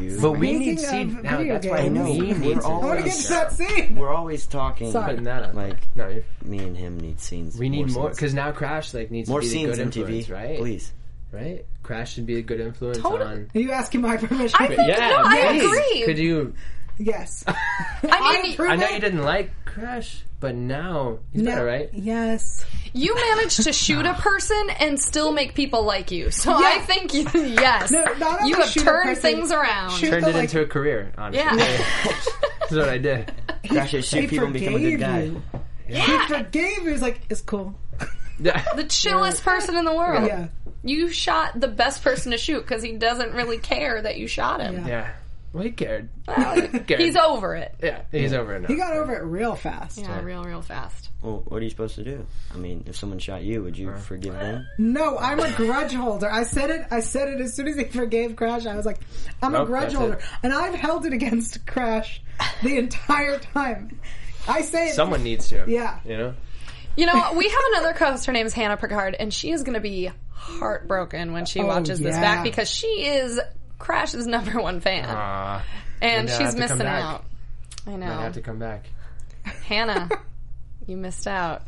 [SPEAKER 4] you.
[SPEAKER 5] But we
[SPEAKER 2] Speaking
[SPEAKER 5] need
[SPEAKER 2] of
[SPEAKER 5] scene now.
[SPEAKER 2] video
[SPEAKER 5] That's why
[SPEAKER 2] games.
[SPEAKER 4] I know,
[SPEAKER 5] we
[SPEAKER 4] we're
[SPEAKER 5] need
[SPEAKER 2] I want
[SPEAKER 4] all- wanna
[SPEAKER 2] to
[SPEAKER 4] Holy
[SPEAKER 2] get
[SPEAKER 5] scenes.
[SPEAKER 2] to that scene.
[SPEAKER 4] we're always talking.
[SPEAKER 2] Sorry.
[SPEAKER 5] Putting that up.
[SPEAKER 4] Like
[SPEAKER 5] no, you're
[SPEAKER 4] me and him need scenes.
[SPEAKER 5] We need more
[SPEAKER 4] scenes.
[SPEAKER 5] because now Crash like needs
[SPEAKER 4] more
[SPEAKER 5] to be the
[SPEAKER 4] scenes
[SPEAKER 5] good
[SPEAKER 4] in
[SPEAKER 5] influence,
[SPEAKER 4] TV,
[SPEAKER 5] right?
[SPEAKER 4] Please.
[SPEAKER 5] right? Crash should be a good influence
[SPEAKER 3] Totally.
[SPEAKER 5] on.
[SPEAKER 2] Are you asking my permission?
[SPEAKER 3] I think no, I
[SPEAKER 5] please.
[SPEAKER 3] agree.
[SPEAKER 5] Could you?
[SPEAKER 2] yes.
[SPEAKER 3] I mean,
[SPEAKER 2] approve
[SPEAKER 5] I know
[SPEAKER 2] it.
[SPEAKER 5] you didn't like Crash, but now he's
[SPEAKER 2] No.
[SPEAKER 5] better, right?
[SPEAKER 2] Yes.
[SPEAKER 3] you managed to shoot a person and still make people like you. So I think you, yes,
[SPEAKER 2] No, not only
[SPEAKER 3] you have
[SPEAKER 2] shoot a
[SPEAKER 3] turned
[SPEAKER 2] person,
[SPEAKER 3] things around.
[SPEAKER 2] shoot-
[SPEAKER 5] Turned
[SPEAKER 2] the,
[SPEAKER 5] it
[SPEAKER 2] like-
[SPEAKER 5] into a career. Honestly,
[SPEAKER 3] Yeah.
[SPEAKER 5] that's what I did.
[SPEAKER 4] Crash it, shoot people and become a
[SPEAKER 2] forgave
[SPEAKER 4] good guy.
[SPEAKER 2] you.
[SPEAKER 3] Ah!
[SPEAKER 2] He forgave you. He's like, it's cool.
[SPEAKER 5] Yeah.
[SPEAKER 3] the chillest person in the world.
[SPEAKER 2] Yeah.
[SPEAKER 3] You shot the best person to shoot because he doesn't really care that you shot him.
[SPEAKER 5] Yeah. Well, he cared. Good.
[SPEAKER 3] He's over it.
[SPEAKER 5] Yeah, he's over it now.
[SPEAKER 2] He got over it real fast.
[SPEAKER 3] Yeah, real, real fast.
[SPEAKER 4] Well, what are you supposed to do? I mean, if someone shot you, would you forgive them?
[SPEAKER 2] No, I'm a grudge holder. I said it. I said it as soon as he forgave Crash. I was like, I'm a
[SPEAKER 5] Nope,
[SPEAKER 2] grudge
[SPEAKER 5] that's
[SPEAKER 2] holder,
[SPEAKER 5] it.
[SPEAKER 2] and I've held it against Crash the entire time. I say it.
[SPEAKER 5] Someone needs to.
[SPEAKER 2] Yeah.
[SPEAKER 5] You know?
[SPEAKER 3] You know, we have another co-host. Her name is Hannah Picard, and she is going to be heartbroken when she watches this
[SPEAKER 2] Oh, yeah. Ah.
[SPEAKER 3] back because she is Crash's number one fan,
[SPEAKER 5] Uh,
[SPEAKER 3] and
[SPEAKER 5] maybe
[SPEAKER 3] she's
[SPEAKER 5] I'll have to come
[SPEAKER 3] missing
[SPEAKER 5] back.
[SPEAKER 3] out. I
[SPEAKER 5] I
[SPEAKER 3] know,
[SPEAKER 5] have to come back.
[SPEAKER 3] Hannah, you missed out.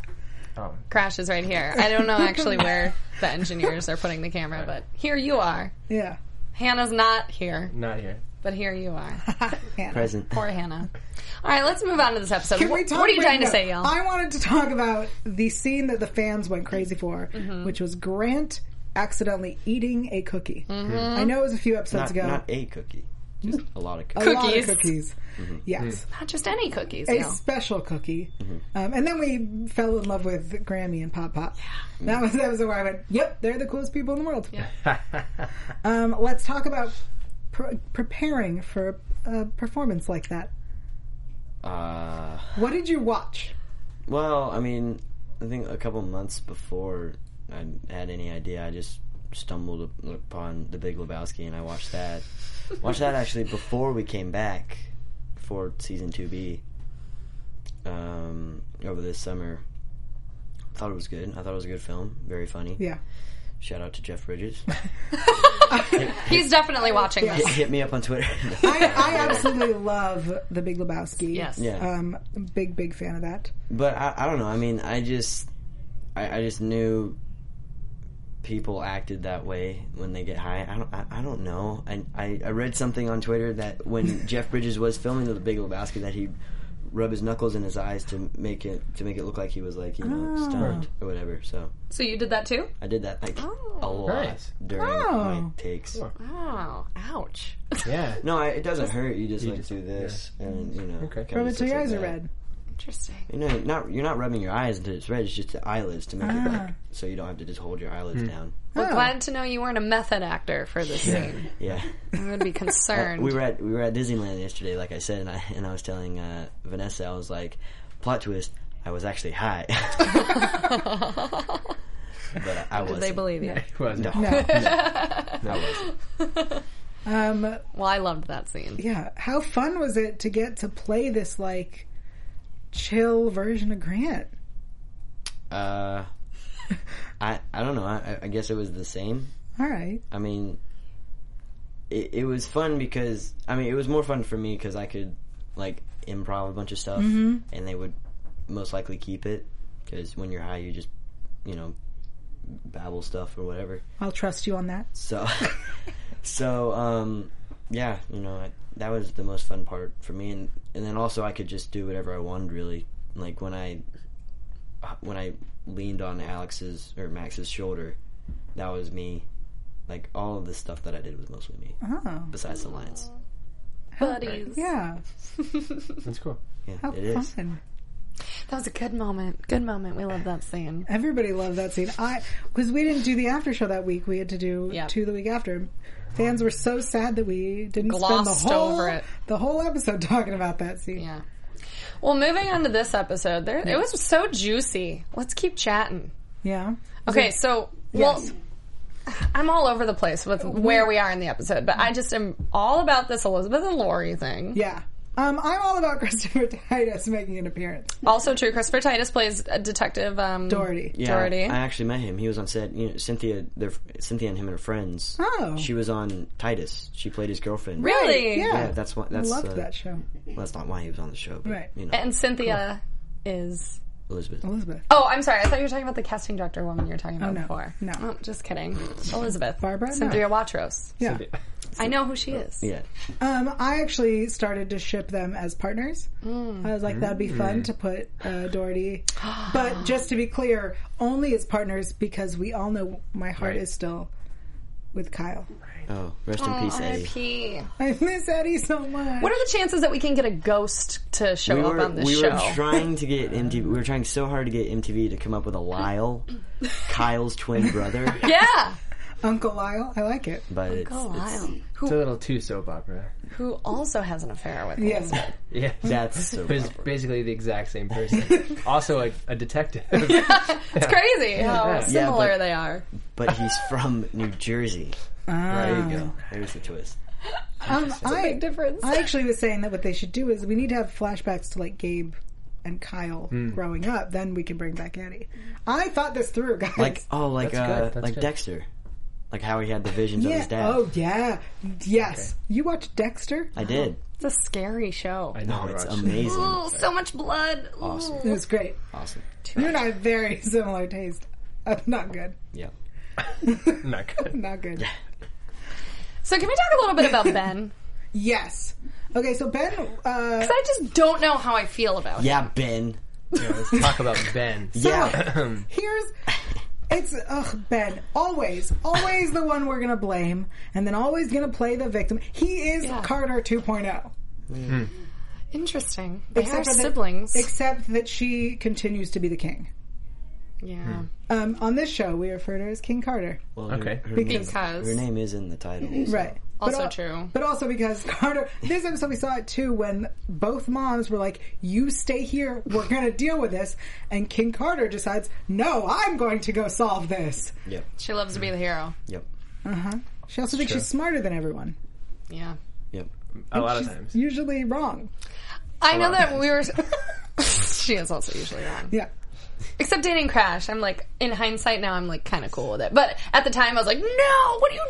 [SPEAKER 5] Oh.
[SPEAKER 3] Crash is right here. I don't know actually where the engineers are putting the camera, but here you are.
[SPEAKER 2] Yeah.
[SPEAKER 3] Hannah's not here,
[SPEAKER 5] Not here.
[SPEAKER 3] but here you are.
[SPEAKER 2] Hannah.
[SPEAKER 4] Present.
[SPEAKER 3] Poor Hannah. All right, let's move on to this episode.
[SPEAKER 2] Can
[SPEAKER 3] Wh-
[SPEAKER 2] we
[SPEAKER 3] what,
[SPEAKER 2] talk
[SPEAKER 3] are you
[SPEAKER 2] right
[SPEAKER 3] trying to
[SPEAKER 2] now-
[SPEAKER 3] say, y'all?
[SPEAKER 2] I wanted to talk about the scene that the fans went crazy for,
[SPEAKER 3] Mm-hmm.
[SPEAKER 2] which was Grant accidentally eating a cookie.
[SPEAKER 3] Mm-hmm.
[SPEAKER 2] I know it was a few episodes
[SPEAKER 4] Not,
[SPEAKER 2] ago.
[SPEAKER 4] not a cookie. Just a lot of
[SPEAKER 2] a
[SPEAKER 4] cookies.
[SPEAKER 2] lot of
[SPEAKER 3] Cookies. Mm-hmm.
[SPEAKER 2] cookies.
[SPEAKER 4] Mm-hmm.
[SPEAKER 2] Yes.
[SPEAKER 3] Not just any cookies.
[SPEAKER 2] A
[SPEAKER 3] y'all.
[SPEAKER 2] special cookie.
[SPEAKER 4] Mm-hmm.
[SPEAKER 2] Um, and then we fell in love with Grammy and Pop Pop.
[SPEAKER 4] Mm-hmm.
[SPEAKER 2] That was that was where I went, yep, they're the coolest people in the world. um, let's talk about pr- preparing for a performance like that.
[SPEAKER 4] Uh,
[SPEAKER 2] What did you watch?
[SPEAKER 4] well, I mean, I think a couple months before I had any idea, I just stumbled upon The Big Lebowski and I watched that. watched that actually before we came back for season 2B um, over this summer. Thought it was good. I thought it was a good film. Very funny.
[SPEAKER 2] Yeah.
[SPEAKER 4] Shout out to Jeff Bridges.
[SPEAKER 3] He's definitely watching
[SPEAKER 4] hit,
[SPEAKER 3] this.
[SPEAKER 4] hit me up on Twitter.
[SPEAKER 2] I, I absolutely love The Big Lebowski.
[SPEAKER 3] Yes.
[SPEAKER 4] yeah.
[SPEAKER 2] Um, big, big fan of that.
[SPEAKER 4] but I, I don't know. I mean, I just, I, I just knew people acted that way when they get high. I don't, I, I don't know. I, I, I read something on Twitter that when Jeff Bridges was filming The Big Lebowski, that he rub his knuckles in his eyes to make it to make it look like he was like you know
[SPEAKER 2] Oh.
[SPEAKER 4] stoned or whatever. So
[SPEAKER 3] So you did that too?
[SPEAKER 4] I did that like a lot
[SPEAKER 5] Nice.
[SPEAKER 4] during my
[SPEAKER 2] Oh.
[SPEAKER 4] takes.
[SPEAKER 3] Oh, ouch.
[SPEAKER 5] Yeah.
[SPEAKER 4] No, I, it doesn't hurt. You just like
[SPEAKER 5] just-
[SPEAKER 4] do this, and you know,
[SPEAKER 5] Okay.
[SPEAKER 4] kinda
[SPEAKER 2] Rub it
[SPEAKER 4] just
[SPEAKER 2] till your
[SPEAKER 4] looks
[SPEAKER 2] eyes
[SPEAKER 4] like
[SPEAKER 2] are
[SPEAKER 4] that.
[SPEAKER 2] red.
[SPEAKER 3] Interesting.
[SPEAKER 4] You know, not you're not rubbing your eyes until it's red. It's just the eyelids to make it like so you don't have to just hold your eyelids down.
[SPEAKER 3] Well, glad to know you weren't a method actor for this scene.
[SPEAKER 4] Yeah,
[SPEAKER 3] I would be concerned.
[SPEAKER 4] we were at we were at Disneyland yesterday, like I said, and I and I was telling uh, Vanessa, I was like, plot twist, I was actually high, but I was.
[SPEAKER 3] Did they believe you?
[SPEAKER 5] It wasn't.
[SPEAKER 4] No, I wasn't.
[SPEAKER 2] Um,
[SPEAKER 3] Well, I loved that scene.
[SPEAKER 2] yeah. How fun was it to get to play this, like, chill version of Grant?
[SPEAKER 4] Uh, I I don't know. I, I guess it was the same.
[SPEAKER 2] All right.
[SPEAKER 4] I mean, it, it was fun because I mean it was more fun for me because I could like improv a bunch of stuff, and they would most likely keep it because when you're high, you just you know babble stuff or whatever.
[SPEAKER 2] I'll trust you on that.
[SPEAKER 4] So, so um, yeah, you know I, that was the most fun part for me, and and then also I could just do whatever I wanted really. Like when I when I leaned on Alex's or Max's shoulder, that was me. Like all of the stuff that I did was mostly me,
[SPEAKER 2] Oh,
[SPEAKER 4] besides the lines.
[SPEAKER 3] Buddies.
[SPEAKER 2] yeah.
[SPEAKER 5] That's cool.
[SPEAKER 4] Yeah,
[SPEAKER 2] How
[SPEAKER 4] it is.
[SPEAKER 2] fun.
[SPEAKER 3] That was a good moment. Good moment. We love that scene.
[SPEAKER 2] Everybody loved that scene. I because we didn't do the after show that week. We had to do
[SPEAKER 3] Yep.
[SPEAKER 2] two the week after. Fans were so sad that we didn't
[SPEAKER 3] Glossed
[SPEAKER 2] spend the whole
[SPEAKER 3] over it.
[SPEAKER 2] the whole episode talking about that scene.
[SPEAKER 3] Yeah. Well, moving on to this episode, there it was so juicy. Let's keep chatting.
[SPEAKER 2] Yeah.
[SPEAKER 3] Okay, so well, I'm all over the place with where we are in the episode, but I just am all about this Elizabeth and Lori thing.
[SPEAKER 2] Yeah. Um, I'm all about Christopher Titus making an appearance.
[SPEAKER 3] Also true. Christopher Titus plays a detective. Um,
[SPEAKER 2] Doherty.
[SPEAKER 4] Yeah,
[SPEAKER 3] Doherty.
[SPEAKER 4] I actually met him. He was on set. You know, Cynthia, they're, Cynthia and him are friends.
[SPEAKER 2] Oh.
[SPEAKER 4] she was on Titus. She played his girlfriend.
[SPEAKER 3] Really?
[SPEAKER 2] Yeah.
[SPEAKER 4] Yeah, that's why. That's
[SPEAKER 2] Loved
[SPEAKER 4] uh,
[SPEAKER 2] that show.
[SPEAKER 4] Well, that's not why he was on the show, but
[SPEAKER 2] Right.
[SPEAKER 4] you know,
[SPEAKER 3] And Cynthia is.
[SPEAKER 4] Elizabeth.
[SPEAKER 2] Elizabeth.
[SPEAKER 3] Oh, I'm sorry. I thought you were talking about the casting director woman you were talking about
[SPEAKER 2] no.
[SPEAKER 3] before.
[SPEAKER 2] No.
[SPEAKER 3] Oh, just kidding. Elizabeth.
[SPEAKER 2] Barbara? No.
[SPEAKER 3] Cynthia Watros.
[SPEAKER 2] Yeah.
[SPEAKER 3] I know who she is.
[SPEAKER 4] Yeah,
[SPEAKER 2] Um, I actually started to ship them as partners.
[SPEAKER 3] Mm.
[SPEAKER 2] I was like, that'd be fun to put uh, Doherty. but just to be clear, only as partners because we all know my heart
[SPEAKER 5] Right.
[SPEAKER 2] is still with Kyle.
[SPEAKER 4] Oh, rest in peace, Eddie.
[SPEAKER 3] R.I.P.
[SPEAKER 2] I miss Eddie so much.
[SPEAKER 3] What are the chances that we can get a ghost to show
[SPEAKER 4] We
[SPEAKER 3] up
[SPEAKER 4] were
[SPEAKER 3] on this
[SPEAKER 4] we
[SPEAKER 3] show?
[SPEAKER 4] were trying to get MTV. We were trying so hard to get MTV to come up with a Lyle, Kyle's twin brother.
[SPEAKER 3] yeah.
[SPEAKER 2] Uncle Lyle. I like
[SPEAKER 3] Oh.
[SPEAKER 2] it.
[SPEAKER 4] But it's,
[SPEAKER 3] Go
[SPEAKER 4] it's-
[SPEAKER 3] Lyle,
[SPEAKER 5] It's a little too soap opera.
[SPEAKER 3] who also has an affair with
[SPEAKER 2] Yeah.
[SPEAKER 3] Elizabeth.
[SPEAKER 5] Yeah,
[SPEAKER 4] that's so
[SPEAKER 5] But it's basically the exact same person. also, a, a detective.
[SPEAKER 3] It's crazy how
[SPEAKER 5] Yeah,
[SPEAKER 3] similar
[SPEAKER 4] but-
[SPEAKER 3] they are.
[SPEAKER 4] But he's from New Jersey. There you go. There's the twist.
[SPEAKER 2] Um, I,
[SPEAKER 3] Big difference.
[SPEAKER 2] I actually was saying that what they should do is we need to have flashbacks to like Gabe and Kyle growing up. Then we can bring back Eddie. I thought this through, guys.
[SPEAKER 4] Like oh, like
[SPEAKER 5] That's
[SPEAKER 4] uh,
[SPEAKER 5] good, that's
[SPEAKER 4] like
[SPEAKER 5] good.
[SPEAKER 4] Dexter, like how he had the visions of
[SPEAKER 2] yeah.
[SPEAKER 4] his dad.
[SPEAKER 2] Oh yeah. Yes. You watched Dexter?
[SPEAKER 4] I did.
[SPEAKER 3] It's a scary show.
[SPEAKER 5] I
[SPEAKER 2] oh
[SPEAKER 4] No,
[SPEAKER 5] never
[SPEAKER 4] it's
[SPEAKER 5] watched it.
[SPEAKER 4] amazing.
[SPEAKER 3] Ooh, Oh, so much blood. Ooh.
[SPEAKER 4] Awesome.
[SPEAKER 2] It was great.
[SPEAKER 4] Awesome.
[SPEAKER 2] You and I have very similar taste. Uh, not good.
[SPEAKER 4] Yeah.
[SPEAKER 5] Not good.
[SPEAKER 2] Not good.
[SPEAKER 3] So can we talk a little bit about Ben?
[SPEAKER 2] Yes. Okay. So Ben. Uh,
[SPEAKER 3] 'Cause I just don't know how I feel about him.
[SPEAKER 4] Yeah, Ben.
[SPEAKER 5] Yeah, let's talk about Ben.
[SPEAKER 4] Yeah.
[SPEAKER 2] here's it's ugh Ben always always the one we're gonna blame and then always gonna play the victim. He is
[SPEAKER 3] Yeah.
[SPEAKER 2] Carter oh, 2.0
[SPEAKER 3] Interesting. They are
[SPEAKER 2] for that-
[SPEAKER 3] siblings.
[SPEAKER 2] except that she continues to be the king.
[SPEAKER 3] yeah.
[SPEAKER 2] Um, on this show, we refer to her as King Carter,
[SPEAKER 4] Well, her-
[SPEAKER 5] Okay.
[SPEAKER 4] Her,
[SPEAKER 2] Because-
[SPEAKER 4] name,
[SPEAKER 3] Because
[SPEAKER 4] her name is in the title. so-
[SPEAKER 2] right?
[SPEAKER 3] also
[SPEAKER 2] but al-
[SPEAKER 3] true.
[SPEAKER 2] but also because Carter. This episode we saw it too when both moms were like, "You stay here, we're gonna deal with this," and King Carter decides, "No, I'm going to go solve this."
[SPEAKER 4] Yep.
[SPEAKER 3] She loves to be the hero.
[SPEAKER 4] Yep.
[SPEAKER 3] Uh-huh.
[SPEAKER 2] She also thinks she's smarter than everyone.
[SPEAKER 3] Yeah.
[SPEAKER 4] Yep.
[SPEAKER 5] A lot of
[SPEAKER 2] she's
[SPEAKER 5] times.
[SPEAKER 2] usually wrong.
[SPEAKER 3] I know
[SPEAKER 5] on.
[SPEAKER 3] that we were. she is also usually wrong.
[SPEAKER 2] Yeah.
[SPEAKER 3] Except dating Crash. I'm like, in hindsight now, I'm like kind of cool with it. But at the time, I was like, no, what are you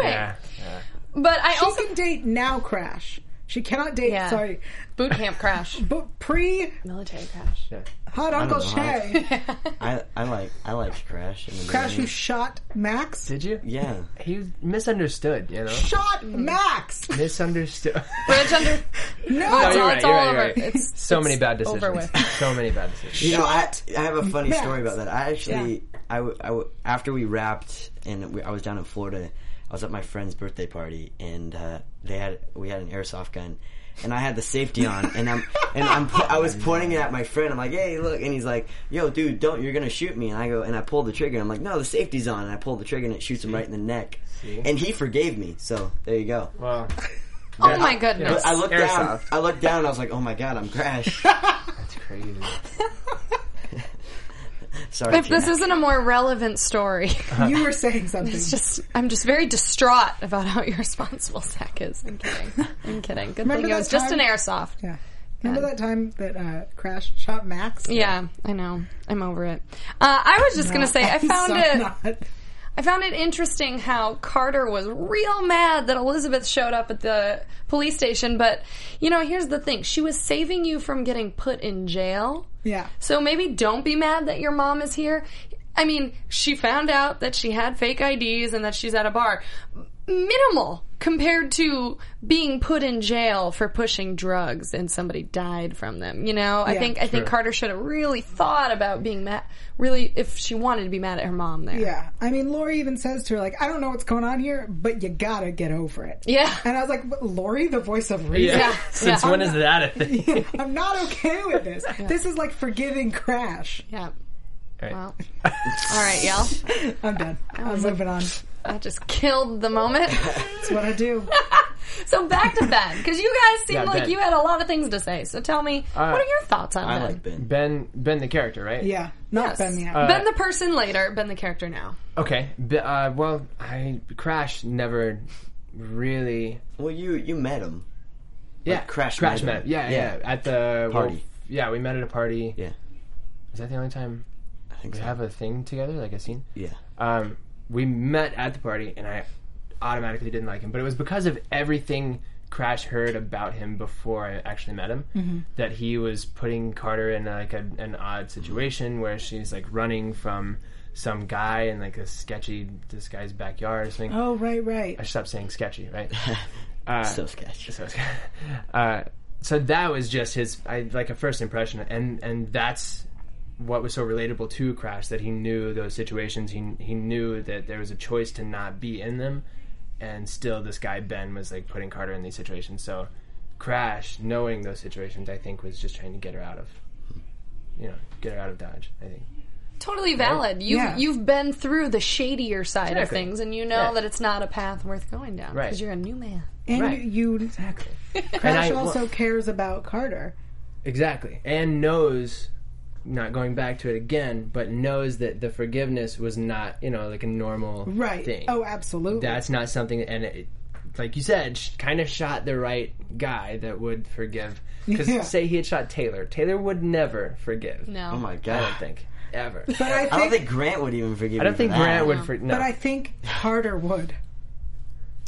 [SPEAKER 3] doing?
[SPEAKER 5] Yeah. yeah.
[SPEAKER 3] But I
[SPEAKER 2] She
[SPEAKER 3] also.
[SPEAKER 2] can date now crash. She cannot date,
[SPEAKER 3] Yeah.
[SPEAKER 2] sorry,
[SPEAKER 3] Boot camp Crash.
[SPEAKER 2] but pre
[SPEAKER 3] Military Crash.
[SPEAKER 2] Hot Uncle
[SPEAKER 4] know, I-
[SPEAKER 2] Shay.
[SPEAKER 4] I I like I liked Crash. In the
[SPEAKER 2] Crash who
[SPEAKER 4] beginning.
[SPEAKER 2] shot Max.
[SPEAKER 5] Did you?
[SPEAKER 4] Yeah.
[SPEAKER 5] He was misunderstood, you know?
[SPEAKER 2] Shot
[SPEAKER 3] Mm.
[SPEAKER 2] Max!
[SPEAKER 5] Misunderstood.
[SPEAKER 3] Bridge under.
[SPEAKER 2] No!
[SPEAKER 3] it's all,
[SPEAKER 5] right,
[SPEAKER 3] it's
[SPEAKER 5] you're
[SPEAKER 3] all over.
[SPEAKER 5] right, you're right.
[SPEAKER 3] It's
[SPEAKER 5] so many bad decisions.
[SPEAKER 3] over with.
[SPEAKER 5] So many bad decisions.
[SPEAKER 4] You know, I,
[SPEAKER 2] Shot
[SPEAKER 4] I have a funny
[SPEAKER 2] Max.
[SPEAKER 4] story about that. I actually, I w I w after we wrapped and we, I was down in Florida, I was at my friend's birthday party and uh, they had we had an airsoft gun, and I had the safety on and I'm and I'm po- I was pointing it at my friend. I'm like, hey, look, and he's like, yo, dude, don't, you're gonna shoot me. And I go and I pull the trigger. I'm like, no, the safety's on. And I pull the trigger and it shoots him right in the neck. And he forgave me. So there you go.
[SPEAKER 5] Wow.
[SPEAKER 3] oh my goodness.
[SPEAKER 4] But I looked down.
[SPEAKER 5] Airsoft.
[SPEAKER 4] I looked down. and I was like, "Oh my god, I'm Crash."
[SPEAKER 5] That's crazy.
[SPEAKER 4] Sorry.
[SPEAKER 3] If this
[SPEAKER 4] Tina.
[SPEAKER 3] isn't a more relevant story,
[SPEAKER 5] Uh-huh.
[SPEAKER 2] You were saying something.
[SPEAKER 3] it's just I'm just very distraught about how irresponsible Zach is. I'm kidding. I'm kidding. Good
[SPEAKER 2] Remember
[SPEAKER 3] thing it was
[SPEAKER 2] that
[SPEAKER 3] just an
[SPEAKER 2] time-
[SPEAKER 3] airsoft. Yeah.
[SPEAKER 2] yeah. Remember that time that uh, Crash shot Max?
[SPEAKER 3] I know. I'm over it. Uh, I was just gonna say I
[SPEAKER 2] I'm
[SPEAKER 3] found
[SPEAKER 2] so
[SPEAKER 3] it.
[SPEAKER 2] not.
[SPEAKER 3] I found it interesting how Carter was real mad that Elizabeth showed up at the police station. But you know, here's the thing: she was saving you from getting put in jail.
[SPEAKER 2] Yeah.
[SPEAKER 3] So maybe don't be mad that your mom is here. I mean, she found out that she had fake IDs and that she's at a bar. Minimal compared to being put in jail for pushing drugs and somebody died from them. You know, I
[SPEAKER 2] Yeah.
[SPEAKER 3] think I think Carter should have really thought about being mad. Really, if she wanted to be mad at her mom there.
[SPEAKER 2] Yeah. I mean, Lori even says to her, like, I don't know what's going on here, but you gotta get over it.
[SPEAKER 3] Yeah.
[SPEAKER 2] And I was like, but Lori, the voice of
[SPEAKER 5] Yeah.
[SPEAKER 2] reason?
[SPEAKER 5] Since
[SPEAKER 3] yeah.
[SPEAKER 5] when is that a thing?
[SPEAKER 2] I'm not okay with this. This is like forgiving Crash.
[SPEAKER 3] Yeah.
[SPEAKER 5] All right.
[SPEAKER 3] Well. All right, y'all.
[SPEAKER 2] I'm done. I'm moving on.
[SPEAKER 3] That just killed the moment.
[SPEAKER 2] That's what I do.
[SPEAKER 3] So back to Ben, because you guys seem
[SPEAKER 5] Yeah,
[SPEAKER 3] like
[SPEAKER 5] Ben.
[SPEAKER 3] you had a lot of things to say. So tell me, what are your thoughts on
[SPEAKER 4] I
[SPEAKER 3] Ben?
[SPEAKER 4] like Ben.
[SPEAKER 5] Ben, Ben the character, right?
[SPEAKER 2] Yeah, not
[SPEAKER 3] Yes.
[SPEAKER 2] Ben the actor.
[SPEAKER 3] Ben the person later, Ben the character now.
[SPEAKER 5] Okay. B- uh, well, I Crash never really.
[SPEAKER 4] Well, you you met him.
[SPEAKER 5] Yeah.
[SPEAKER 4] Crash
[SPEAKER 5] Crash
[SPEAKER 4] met him.
[SPEAKER 5] met. Yeah,
[SPEAKER 4] Yeah.
[SPEAKER 5] yeah. At the
[SPEAKER 4] Party.
[SPEAKER 5] well, yeah, we met at a party.
[SPEAKER 4] Yeah.
[SPEAKER 5] Is that the only time
[SPEAKER 4] I think
[SPEAKER 5] we
[SPEAKER 4] so.
[SPEAKER 5] have a thing together, like a scene?
[SPEAKER 4] yeah.
[SPEAKER 5] um, we met at the party and I automatically didn't like him. But it was because of everything Crash heard about him before I actually met him that he was putting Carter in like a, an odd situation where she's like running from some guy in like a sketchy this guy's backyard or something.
[SPEAKER 2] oh, right, right.
[SPEAKER 5] I should stop saying sketchy, right?
[SPEAKER 4] so sketchy.
[SPEAKER 5] so it's- uh, so that was just his I, like a first impression and and that's what was so relatable to crash that he knew those situations he he knew that there was a choice to not be in them and still this guy ben was like putting carter in these situations so crash knowing those situations i think was just trying to get her out of you know get her out of dodge i think
[SPEAKER 3] totally valid. You
[SPEAKER 2] Yeah.
[SPEAKER 3] you've been through the shadier side of
[SPEAKER 5] Exactly.
[SPEAKER 3] things, and you know
[SPEAKER 5] Yeah.
[SPEAKER 3] that it's not a path worth going down because
[SPEAKER 5] Right.
[SPEAKER 3] you're a new man.
[SPEAKER 2] And
[SPEAKER 5] Right.
[SPEAKER 2] you, you
[SPEAKER 5] Exactly.
[SPEAKER 2] Crash
[SPEAKER 5] I-
[SPEAKER 2] also cares about Carter.
[SPEAKER 5] Exactly. And knows, not going back to it again, but knows that the forgiveness was not, you know, like a normal
[SPEAKER 2] Right.
[SPEAKER 5] thing.
[SPEAKER 2] Oh, absolutely.
[SPEAKER 5] That's not something, and it, like you said, sh- kind of shot the right guy that would forgive. Because
[SPEAKER 2] Yeah.
[SPEAKER 5] say he had shot Taylor, Taylor would never forgive.
[SPEAKER 3] No,
[SPEAKER 4] Oh my
[SPEAKER 5] I
[SPEAKER 4] god.
[SPEAKER 5] don't think ever.
[SPEAKER 2] but I think,
[SPEAKER 4] I don't think Grant would even forgive.
[SPEAKER 5] I don't think Grant would. For, no.
[SPEAKER 2] but I think Carter would.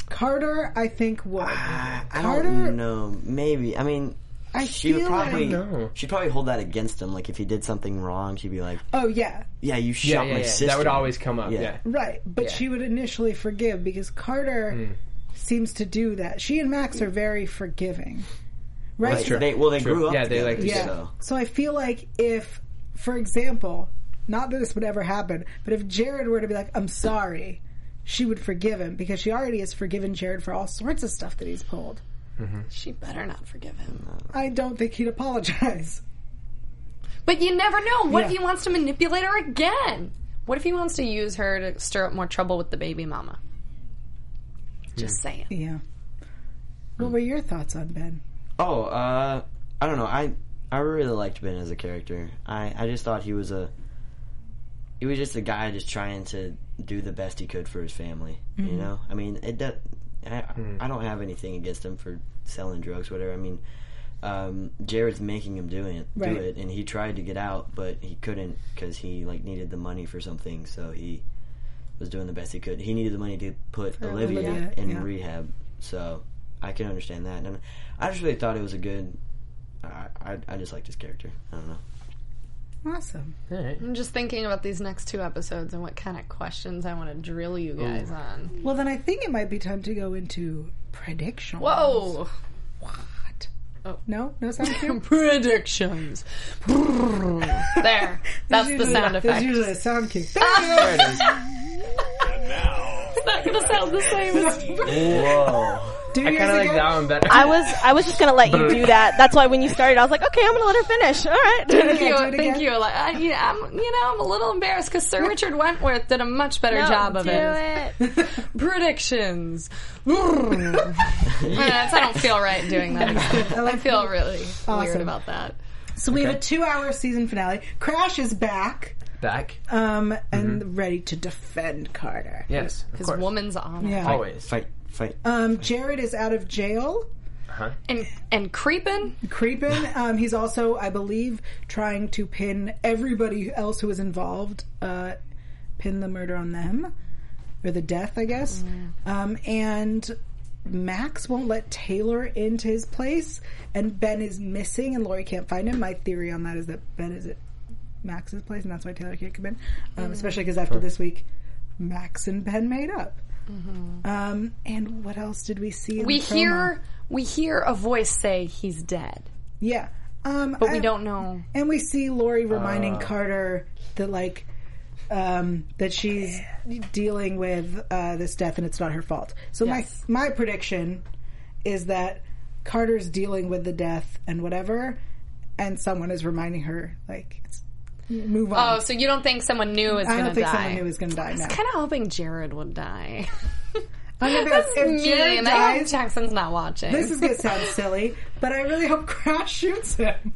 [SPEAKER 2] Carter, I think would.
[SPEAKER 4] Ah, I
[SPEAKER 2] Carter-
[SPEAKER 4] don't know. Maybe. I mean,
[SPEAKER 2] I
[SPEAKER 4] she would
[SPEAKER 2] feel like-
[SPEAKER 4] probably.
[SPEAKER 5] know.
[SPEAKER 4] She'd probably hold that against him. Like if he did something wrong, she'd be like,
[SPEAKER 2] Oh yeah,
[SPEAKER 4] "Yeah, you
[SPEAKER 5] yeah,
[SPEAKER 4] shot
[SPEAKER 5] yeah,
[SPEAKER 4] my
[SPEAKER 5] yeah.
[SPEAKER 4] sister."
[SPEAKER 5] That would always come up.
[SPEAKER 4] Yeah. Hmm.
[SPEAKER 5] Yeah.
[SPEAKER 2] right. But
[SPEAKER 5] Yeah.
[SPEAKER 2] she would initially forgive because Carter seems to do that. She and Max are very forgiving, right?
[SPEAKER 4] Like, They, well, they
[SPEAKER 5] True.
[SPEAKER 4] grew up.
[SPEAKER 5] Yeah, they
[SPEAKER 4] together,
[SPEAKER 5] like to
[SPEAKER 2] Yeah.
[SPEAKER 5] get
[SPEAKER 4] So.
[SPEAKER 2] So I feel like if, for example, not that this would ever happen, but if Jared were to be like, I'm sorry, she would forgive him because she already has forgiven Jared for all sorts of stuff that he's pulled.
[SPEAKER 3] she better not forgive him.
[SPEAKER 2] I don't think he'd apologize.
[SPEAKER 3] But you never know. What if
[SPEAKER 2] Yeah.
[SPEAKER 3] he wants to manipulate her again? What if he wants to use her to stir up more trouble with the baby mama? Just saying.
[SPEAKER 2] Yeah. What were your thoughts on Ben?
[SPEAKER 4] Oh, uh, I don't know. I I really liked Ben as a character. I I just thought he was a he was just a guy just trying to do the best he could for his family. You know, I mean, it does. I, I don't have anything against him for selling drugs, whatever. I mean, um, Jared's making him do it,
[SPEAKER 2] Right.
[SPEAKER 4] do it, and he tried to get out, but he couldn't because he like needed the money for something. So he was doing the best he could. He needed the money to put Olivia,
[SPEAKER 2] Olivia,
[SPEAKER 4] in
[SPEAKER 2] yeah.
[SPEAKER 4] rehab, so I can understand that. And I just really thought it was a good. I I, I just liked his character. I don't know.
[SPEAKER 2] Awesome.
[SPEAKER 5] All right.
[SPEAKER 3] I'm just thinking about these next two episodes and what kind of questions I want to drill you guys on.
[SPEAKER 2] Well, then I think it might be time to go into predictions.
[SPEAKER 3] Whoa!
[SPEAKER 2] What?
[SPEAKER 3] Oh.
[SPEAKER 2] No? No sound cue?
[SPEAKER 3] Predictions. there. That's the
[SPEAKER 2] Usually-
[SPEAKER 3] sound
[SPEAKER 2] There's
[SPEAKER 3] effect.
[SPEAKER 2] usually a sound cue.
[SPEAKER 3] It's not going to sound the same as
[SPEAKER 4] Whoa!
[SPEAKER 2] Do
[SPEAKER 5] I
[SPEAKER 2] you
[SPEAKER 5] kind of like that one better.
[SPEAKER 6] I was I was just gonna let you do that. That's why when you started, I was like, okay, I'm gonna let her finish. All right.
[SPEAKER 3] Thank you,
[SPEAKER 2] do it
[SPEAKER 3] thank
[SPEAKER 2] again.
[SPEAKER 3] you. Like, I, yeah, I'm, you know, I'm a little embarrassed because Sir Richard Wentworth did a much better job of
[SPEAKER 6] do
[SPEAKER 3] it.
[SPEAKER 6] it.
[SPEAKER 3] Predictions. Yes, I don't feel right doing that. I feel really weird
[SPEAKER 2] Awesome.
[SPEAKER 3] about that.
[SPEAKER 2] So we have a two-hour season finale. Crash is back
[SPEAKER 5] Back.
[SPEAKER 2] um, and
[SPEAKER 5] Mm-hmm.
[SPEAKER 2] ready to defend Carter.
[SPEAKER 5] Yes. Of
[SPEAKER 3] His
[SPEAKER 5] course.
[SPEAKER 3] woman's honor
[SPEAKER 2] Yeah.
[SPEAKER 5] Always.
[SPEAKER 4] Fight! Fight!
[SPEAKER 2] Um, Jared is out of jail,
[SPEAKER 3] and and creeping.
[SPEAKER 2] creeping. Um, he's also, I believe, trying to pin everybody else who was involved, uh, pin the murder on them or the death, I guess.
[SPEAKER 3] Mm.
[SPEAKER 2] Um, and Max won't let Taylor into his place, and Ben is missing, and Lori can't find him. My theory on that is that Ben is at Max's place, and that's why Taylor can't come in,
[SPEAKER 3] Mm.
[SPEAKER 2] um, especially because after this week, Max and Ben made up. Um, and what else did we see? in
[SPEAKER 3] Mm-hmm. We
[SPEAKER 2] the promo?
[SPEAKER 3] hear we hear a voice say he's dead,
[SPEAKER 2] yeah. Um,
[SPEAKER 3] but we don't know.
[SPEAKER 2] And we see Lori reminding
[SPEAKER 5] Uh.
[SPEAKER 2] Carter that like um, that she's dealing with uh, this death and it's not her fault. So
[SPEAKER 3] Yes.
[SPEAKER 2] my my prediction is that Carter's dealing with the death and whatever, and someone is reminding her like it's, move on.
[SPEAKER 3] Oh, so you don't think someone new is
[SPEAKER 2] I
[SPEAKER 3] going to
[SPEAKER 2] don't think
[SPEAKER 3] die?
[SPEAKER 2] someone new is going to die
[SPEAKER 3] I was
[SPEAKER 2] now.
[SPEAKER 3] kind of hoping Jared would die.
[SPEAKER 2] I'm gonna be like,
[SPEAKER 3] That's
[SPEAKER 2] if
[SPEAKER 3] mean.
[SPEAKER 2] Jared
[SPEAKER 3] I hope
[SPEAKER 2] dies,
[SPEAKER 3] Jackson's not watching.
[SPEAKER 2] this is going to sound silly, but I really hope Crash shoots him.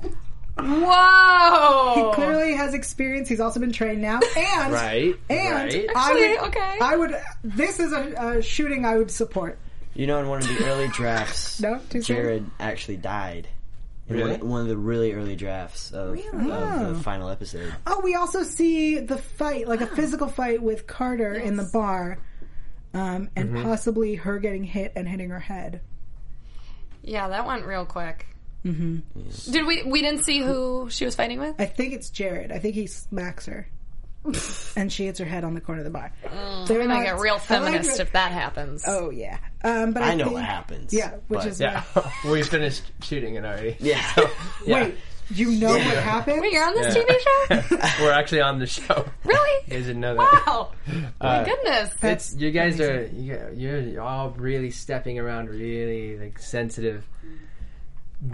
[SPEAKER 3] Whoa!
[SPEAKER 2] Clearly, he has experience. He's also been trained now, and
[SPEAKER 5] Right.
[SPEAKER 2] and
[SPEAKER 5] right.
[SPEAKER 2] I
[SPEAKER 3] Actually,
[SPEAKER 2] would,
[SPEAKER 3] okay.
[SPEAKER 2] I would. This is a, a shooting I would support.
[SPEAKER 4] You know, in one of the early drafts,
[SPEAKER 2] No, too soon?
[SPEAKER 4] Jared actually died. In
[SPEAKER 5] Really?
[SPEAKER 4] One, one of the really early drafts of, of the final episode.
[SPEAKER 2] Oh, we also see the fight, like a physical fight with Carter in the bar, um, and
[SPEAKER 5] Mm-hmm.
[SPEAKER 2] possibly her getting hit and hitting her head.
[SPEAKER 3] Yeah, that went real quick. Mm-hmm. Did we? We didn't see who she was fighting with.
[SPEAKER 2] I think it's Jared. I think he smacks her, and she hits her head on the corner of the bar. They're
[SPEAKER 3] We're gonna Oh. get real feminist
[SPEAKER 2] I like-
[SPEAKER 3] if that happens.
[SPEAKER 2] oh yeah, um, but I,
[SPEAKER 4] I know
[SPEAKER 2] think-
[SPEAKER 4] what happens.
[SPEAKER 2] Yeah, which
[SPEAKER 4] but-
[SPEAKER 2] is uh,
[SPEAKER 5] Yeah. we finished shooting it already.
[SPEAKER 4] yeah.
[SPEAKER 5] Yeah.
[SPEAKER 2] wait. You know what happened?
[SPEAKER 3] Wait, you're on this
[SPEAKER 5] Yeah.
[SPEAKER 3] TV show?
[SPEAKER 5] We're actually on the show.
[SPEAKER 3] Really?
[SPEAKER 5] You guys didn't know that.
[SPEAKER 3] Wow! My goodness.
[SPEAKER 5] It's you guys are you- you're all really stepping around really like sensitive,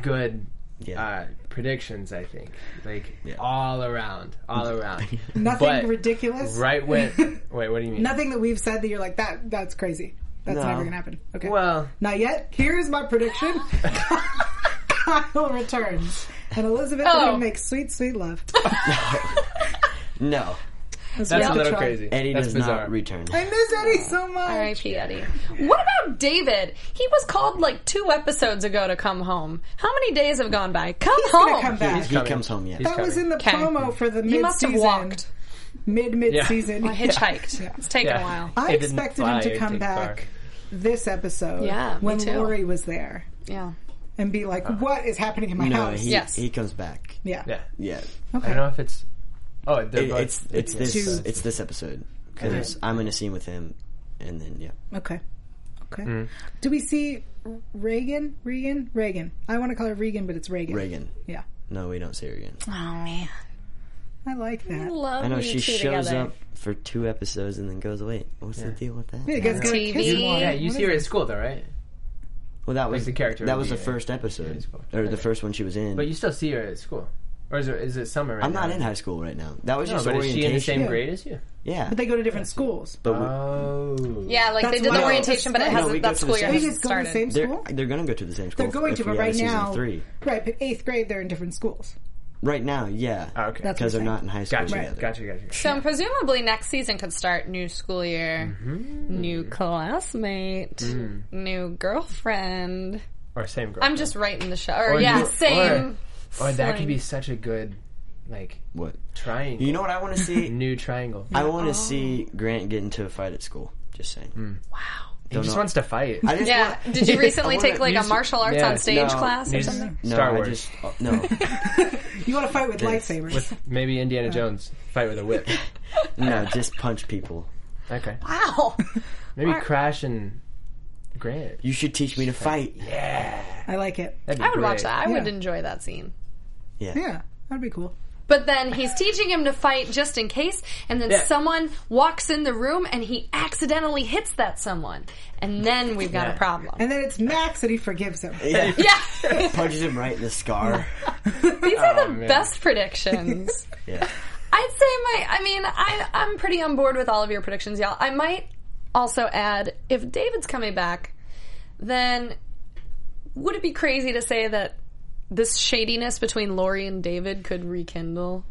[SPEAKER 5] good
[SPEAKER 4] Yeah.
[SPEAKER 5] uh, predictions. I think like
[SPEAKER 4] Yeah.
[SPEAKER 5] all around, all around.
[SPEAKER 2] Nothing
[SPEAKER 5] But
[SPEAKER 2] ridiculous.
[SPEAKER 5] Right when wait, what do you mean?
[SPEAKER 2] Nothing that we've said that you're like that. That's crazy. That's
[SPEAKER 4] No.
[SPEAKER 2] never gonna happen. Okay.
[SPEAKER 5] Well,
[SPEAKER 2] not yet. Here's my prediction. Kyle returns, and Elizabeth
[SPEAKER 3] Oh.
[SPEAKER 2] and him make sweet, sweet love.
[SPEAKER 4] No,
[SPEAKER 5] that's
[SPEAKER 2] Yeah.
[SPEAKER 5] a little
[SPEAKER 2] Try.
[SPEAKER 5] crazy.
[SPEAKER 4] Eddie
[SPEAKER 5] that's
[SPEAKER 4] does
[SPEAKER 5] bizarre.
[SPEAKER 4] not return.
[SPEAKER 2] I miss Eddie so much.
[SPEAKER 3] R.I.P. Eddie. What about David? He was called like two episodes ago to come home. How many days have gone by? Come
[SPEAKER 2] He's
[SPEAKER 3] home.
[SPEAKER 2] gonna come back.
[SPEAKER 4] He
[SPEAKER 5] coming.
[SPEAKER 4] comes home yet.
[SPEAKER 5] He's
[SPEAKER 2] that was
[SPEAKER 5] coming.
[SPEAKER 2] in the
[SPEAKER 3] Okay.
[SPEAKER 2] promo for the
[SPEAKER 3] Oh. He
[SPEAKER 2] mid
[SPEAKER 3] must have
[SPEAKER 2] season,
[SPEAKER 3] walked
[SPEAKER 2] mid mid season.
[SPEAKER 3] or Uh, hitchhiked. It's taken
[SPEAKER 5] Yeah.
[SPEAKER 3] a while.
[SPEAKER 2] I
[SPEAKER 5] It didn't
[SPEAKER 2] expected
[SPEAKER 5] fly
[SPEAKER 2] him to
[SPEAKER 5] or
[SPEAKER 2] come
[SPEAKER 5] take
[SPEAKER 2] back
[SPEAKER 5] far.
[SPEAKER 2] this episode.
[SPEAKER 3] Yeah, me
[SPEAKER 2] when
[SPEAKER 3] too.
[SPEAKER 2] Lori was there
[SPEAKER 3] Yeah.
[SPEAKER 2] and be like, "What is happening in my
[SPEAKER 4] No,
[SPEAKER 2] house?"
[SPEAKER 4] he
[SPEAKER 3] Yes.
[SPEAKER 4] he comes back.
[SPEAKER 2] yeah.
[SPEAKER 5] Uh, Yeah.
[SPEAKER 4] Yeah,
[SPEAKER 5] I don't know if it's. Oh, they're
[SPEAKER 4] It-
[SPEAKER 5] both,
[SPEAKER 4] it's it's this
[SPEAKER 2] Two.
[SPEAKER 4] it's this episode because I'm in a scene with him, and then yeah,
[SPEAKER 2] Okay. Okay.
[SPEAKER 5] Mm.
[SPEAKER 2] Do we see Reagan? Regan? Reagan. I want to call her Regan, but it's Reagan.
[SPEAKER 4] Reagan.
[SPEAKER 2] Yeah. Um,
[SPEAKER 4] No, we don't see her again.
[SPEAKER 3] Oh man.
[SPEAKER 2] I like that.
[SPEAKER 3] Love
[SPEAKER 4] I know
[SPEAKER 3] you
[SPEAKER 4] she
[SPEAKER 3] two
[SPEAKER 4] shows
[SPEAKER 3] together.
[SPEAKER 4] up for two episodes and then goes away. What's the deal with that?
[SPEAKER 2] You guys got
[SPEAKER 3] TV.
[SPEAKER 5] Yeah, you see her at school though, right?
[SPEAKER 4] Well, that was
[SPEAKER 5] the character
[SPEAKER 4] That
[SPEAKER 5] would
[SPEAKER 4] was
[SPEAKER 5] be
[SPEAKER 4] the
[SPEAKER 5] a-
[SPEAKER 4] first episode,
[SPEAKER 5] it's cool.
[SPEAKER 4] or
[SPEAKER 5] Okay.
[SPEAKER 4] the first one she was in.
[SPEAKER 5] But you still see her at school, or is it is it summer? Right
[SPEAKER 4] I'm
[SPEAKER 5] now?
[SPEAKER 4] not in high school right now. That was
[SPEAKER 5] No,
[SPEAKER 4] just
[SPEAKER 5] but is
[SPEAKER 4] orientation.
[SPEAKER 5] she in the same
[SPEAKER 2] Yeah.
[SPEAKER 5] grade as you?
[SPEAKER 4] Yeah,
[SPEAKER 2] But they go to different schools.
[SPEAKER 4] but we-
[SPEAKER 5] Oh,
[SPEAKER 3] Yeah, like
[SPEAKER 2] That's
[SPEAKER 3] they did
[SPEAKER 2] why-
[SPEAKER 3] the orientation, but it
[SPEAKER 2] No,
[SPEAKER 3] hasn't.
[SPEAKER 4] we go
[SPEAKER 3] that
[SPEAKER 4] to
[SPEAKER 3] school
[SPEAKER 4] the
[SPEAKER 3] year
[SPEAKER 4] same-
[SPEAKER 2] They
[SPEAKER 4] They
[SPEAKER 3] hasn't
[SPEAKER 2] just go to the
[SPEAKER 3] started.
[SPEAKER 2] same
[SPEAKER 4] they're
[SPEAKER 2] school.
[SPEAKER 4] they're gonna go to the same school.
[SPEAKER 2] They're going
[SPEAKER 4] if
[SPEAKER 2] to,
[SPEAKER 4] we
[SPEAKER 2] but
[SPEAKER 4] have a
[SPEAKER 2] right
[SPEAKER 4] season
[SPEAKER 2] now,
[SPEAKER 4] three
[SPEAKER 2] right? But eighth grade, they're in different schools.
[SPEAKER 4] right now, yeah,
[SPEAKER 5] Ah, okay.
[SPEAKER 2] That's
[SPEAKER 4] because
[SPEAKER 2] what
[SPEAKER 4] they're
[SPEAKER 2] I'm
[SPEAKER 4] not in high school
[SPEAKER 5] Gotcha,
[SPEAKER 4] together.
[SPEAKER 5] gotcha, gotcha, gotcha.
[SPEAKER 3] So presumably next season could start new school year, new classmate, new girlfriend.
[SPEAKER 5] Or same girl.
[SPEAKER 3] I'm just writing the show. Or,
[SPEAKER 5] Or
[SPEAKER 3] yeah,
[SPEAKER 5] you-
[SPEAKER 3] same.
[SPEAKER 5] Or that could be
[SPEAKER 3] Slang.
[SPEAKER 5] such a good, like
[SPEAKER 4] What?
[SPEAKER 5] triangle.
[SPEAKER 4] You know what I want to see?
[SPEAKER 5] new triangle.
[SPEAKER 4] I
[SPEAKER 2] Oh.
[SPEAKER 4] want to see Grant get into a fight at school. Just
[SPEAKER 5] Hmm.
[SPEAKER 4] saying.
[SPEAKER 5] he just
[SPEAKER 4] know.
[SPEAKER 5] wants to fight.
[SPEAKER 4] I just
[SPEAKER 3] Yeah.
[SPEAKER 4] want-
[SPEAKER 3] Did you recently
[SPEAKER 4] I wanna-
[SPEAKER 3] take like a
[SPEAKER 5] music-
[SPEAKER 3] martial arts
[SPEAKER 5] yeah,
[SPEAKER 3] on stage
[SPEAKER 4] no,
[SPEAKER 3] class or
[SPEAKER 5] He's-
[SPEAKER 3] something?
[SPEAKER 4] No,
[SPEAKER 5] Star
[SPEAKER 4] I
[SPEAKER 5] Wars.
[SPEAKER 4] just uh, no,
[SPEAKER 2] You want to fight with
[SPEAKER 4] This-
[SPEAKER 2] lightsabers?
[SPEAKER 5] Maybe Indiana Jones fight with a whip.
[SPEAKER 4] no, just punch people.
[SPEAKER 5] Okay.
[SPEAKER 3] Wow.
[SPEAKER 5] Maybe Crash and Grant.
[SPEAKER 4] You should teach me to fight.
[SPEAKER 2] I like it.
[SPEAKER 5] That'd be
[SPEAKER 3] I would
[SPEAKER 5] great.
[SPEAKER 3] watch that. I would
[SPEAKER 2] Yeah.
[SPEAKER 3] enjoy that scene.
[SPEAKER 4] Yeah.
[SPEAKER 2] Yeah, that'd be cool.
[SPEAKER 3] But then he's teaching him to fight just in case, and then
[SPEAKER 5] Yeah.
[SPEAKER 3] someone walks in the room and he accidentally hits that someone. And then we've got a
[SPEAKER 5] Yeah.
[SPEAKER 3] problem.
[SPEAKER 2] And then it's Max, and he forgives him.
[SPEAKER 4] Yeah.
[SPEAKER 3] yeah.
[SPEAKER 4] Punches him right in the scar.
[SPEAKER 3] These are the
[SPEAKER 5] Oh, man.
[SPEAKER 3] best predictions.
[SPEAKER 4] Yeah.
[SPEAKER 3] I'd say my. I mean, I I'm pretty on board with all of your predictions, y'all. I might also add, if David's coming back, then would it be crazy to say that this shadiness between Lori and David could rekindle?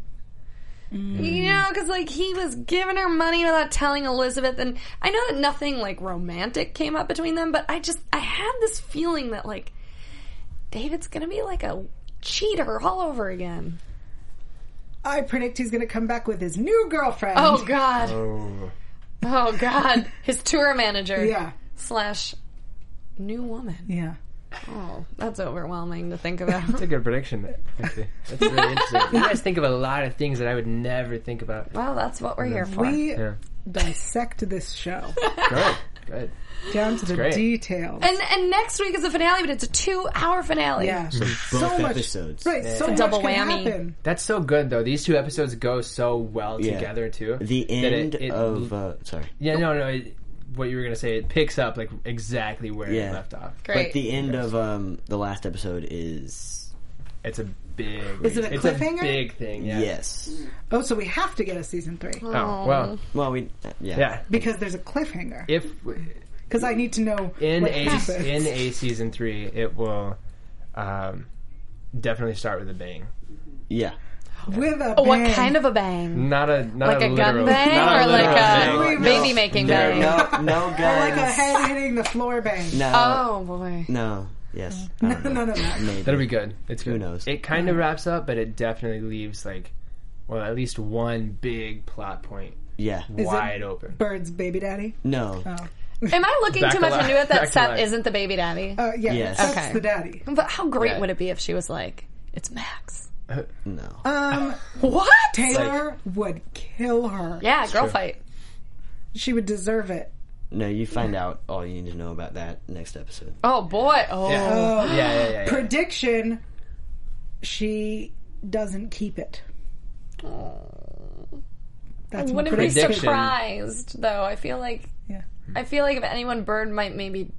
[SPEAKER 3] You know, because like he was giving her money without telling Elizabeth, and I know that nothing like romantic came up between them, but I just I had this feeling that like David's gonna be like a cheater all over again.
[SPEAKER 2] I predict he's going to come back with his new girlfriend.
[SPEAKER 3] Oh God.
[SPEAKER 5] Oh.
[SPEAKER 3] Oh God, his tour manager
[SPEAKER 2] yeah,
[SPEAKER 3] slash new woman.
[SPEAKER 2] yeah.
[SPEAKER 3] Oh, that's overwhelming to think about.
[SPEAKER 5] That's a good prediction. actually. That's really interesting. You guys think of a lot of things that I would never think about.
[SPEAKER 3] well, that's what we're here for.
[SPEAKER 2] We
[SPEAKER 5] Yeah.
[SPEAKER 2] dissect this show
[SPEAKER 5] Good. Good.
[SPEAKER 2] down to the
[SPEAKER 5] great.
[SPEAKER 2] details.
[SPEAKER 3] and and next week is the finale, but it's a two-hour finale.
[SPEAKER 2] yeah,
[SPEAKER 4] Both
[SPEAKER 2] so much.
[SPEAKER 4] episodes.
[SPEAKER 2] Right, so
[SPEAKER 3] a
[SPEAKER 2] much
[SPEAKER 3] double
[SPEAKER 2] can
[SPEAKER 3] whammy.
[SPEAKER 2] happen.
[SPEAKER 5] That's so good though. These two episodes go so well
[SPEAKER 4] Yeah.
[SPEAKER 5] together too.
[SPEAKER 4] The
[SPEAKER 5] that
[SPEAKER 4] end
[SPEAKER 5] it- it-
[SPEAKER 4] of uh, sorry.
[SPEAKER 5] Yeah, no, no. It, what you were gonna say, it picks up like exactly where
[SPEAKER 4] Yeah.
[SPEAKER 5] it left off.
[SPEAKER 3] Great.
[SPEAKER 4] But the end of um, the last episode is
[SPEAKER 5] It's a big.
[SPEAKER 2] Is it a
[SPEAKER 5] it's
[SPEAKER 2] cliffhanger?
[SPEAKER 5] A big thing. Yeah.
[SPEAKER 4] yes.
[SPEAKER 2] Oh, so we have to get a season three
[SPEAKER 5] Oh well.
[SPEAKER 4] Well, we uh, yeah.
[SPEAKER 5] Yeah.
[SPEAKER 2] because there's a cliffhanger.
[SPEAKER 5] If
[SPEAKER 2] Because I need to know
[SPEAKER 5] in
[SPEAKER 2] what
[SPEAKER 5] a
[SPEAKER 2] happens.
[SPEAKER 5] in a season three, it will um, definitely start with a bang.
[SPEAKER 4] Yeah.
[SPEAKER 2] with a
[SPEAKER 3] Oh, what
[SPEAKER 2] bang.
[SPEAKER 3] kind of a bang?
[SPEAKER 5] Not a not
[SPEAKER 3] Like a gun
[SPEAKER 5] literal,
[SPEAKER 3] bang
[SPEAKER 5] not
[SPEAKER 3] or like
[SPEAKER 5] literal
[SPEAKER 3] a
[SPEAKER 5] bang.
[SPEAKER 2] No.
[SPEAKER 3] baby making
[SPEAKER 4] No,
[SPEAKER 3] bang?
[SPEAKER 4] no, no guns.
[SPEAKER 2] like a head hitting the floor bang?
[SPEAKER 4] No.
[SPEAKER 3] Oh boy.
[SPEAKER 4] No. Yes. I don't
[SPEAKER 2] None
[SPEAKER 4] know.
[SPEAKER 2] of that.
[SPEAKER 4] Maybe.
[SPEAKER 5] That'll be good. It's good.
[SPEAKER 4] knows?
[SPEAKER 5] It kind of wraps up, but it definitely leaves like, well, at least one big plot point
[SPEAKER 4] Yeah.
[SPEAKER 5] wide open.
[SPEAKER 2] Bird's baby daddy.
[SPEAKER 4] No.
[SPEAKER 3] Am I looking
[SPEAKER 5] Back
[SPEAKER 3] too much
[SPEAKER 5] alive.
[SPEAKER 3] into it that
[SPEAKER 5] Back
[SPEAKER 3] Seth
[SPEAKER 5] alive.
[SPEAKER 3] isn't the baby daddy?
[SPEAKER 2] Uh, yeah,
[SPEAKER 4] Yes.
[SPEAKER 2] that's
[SPEAKER 3] Okay.
[SPEAKER 2] the daddy.
[SPEAKER 3] Um, but how great
[SPEAKER 5] yeah.
[SPEAKER 3] would it be if she was like, "It's Max."
[SPEAKER 4] No.
[SPEAKER 2] Um,
[SPEAKER 3] What?
[SPEAKER 2] Taylor would kill her.
[SPEAKER 3] yeah, girl fight.
[SPEAKER 2] She would deserve it.
[SPEAKER 4] No. You find out all you need to know about that next episode.
[SPEAKER 3] Oh boy. Oh.
[SPEAKER 5] Yeah. yeah, yeah, yeah. yeah.
[SPEAKER 2] Prediction: She doesn't keep it.
[SPEAKER 3] Oh.
[SPEAKER 2] That's my
[SPEAKER 3] Wouldn't be
[SPEAKER 2] prediction.
[SPEAKER 5] Prediction.
[SPEAKER 3] surprised though. I feel like
[SPEAKER 2] Yeah.
[SPEAKER 3] I feel like if anyone, Bird might maybe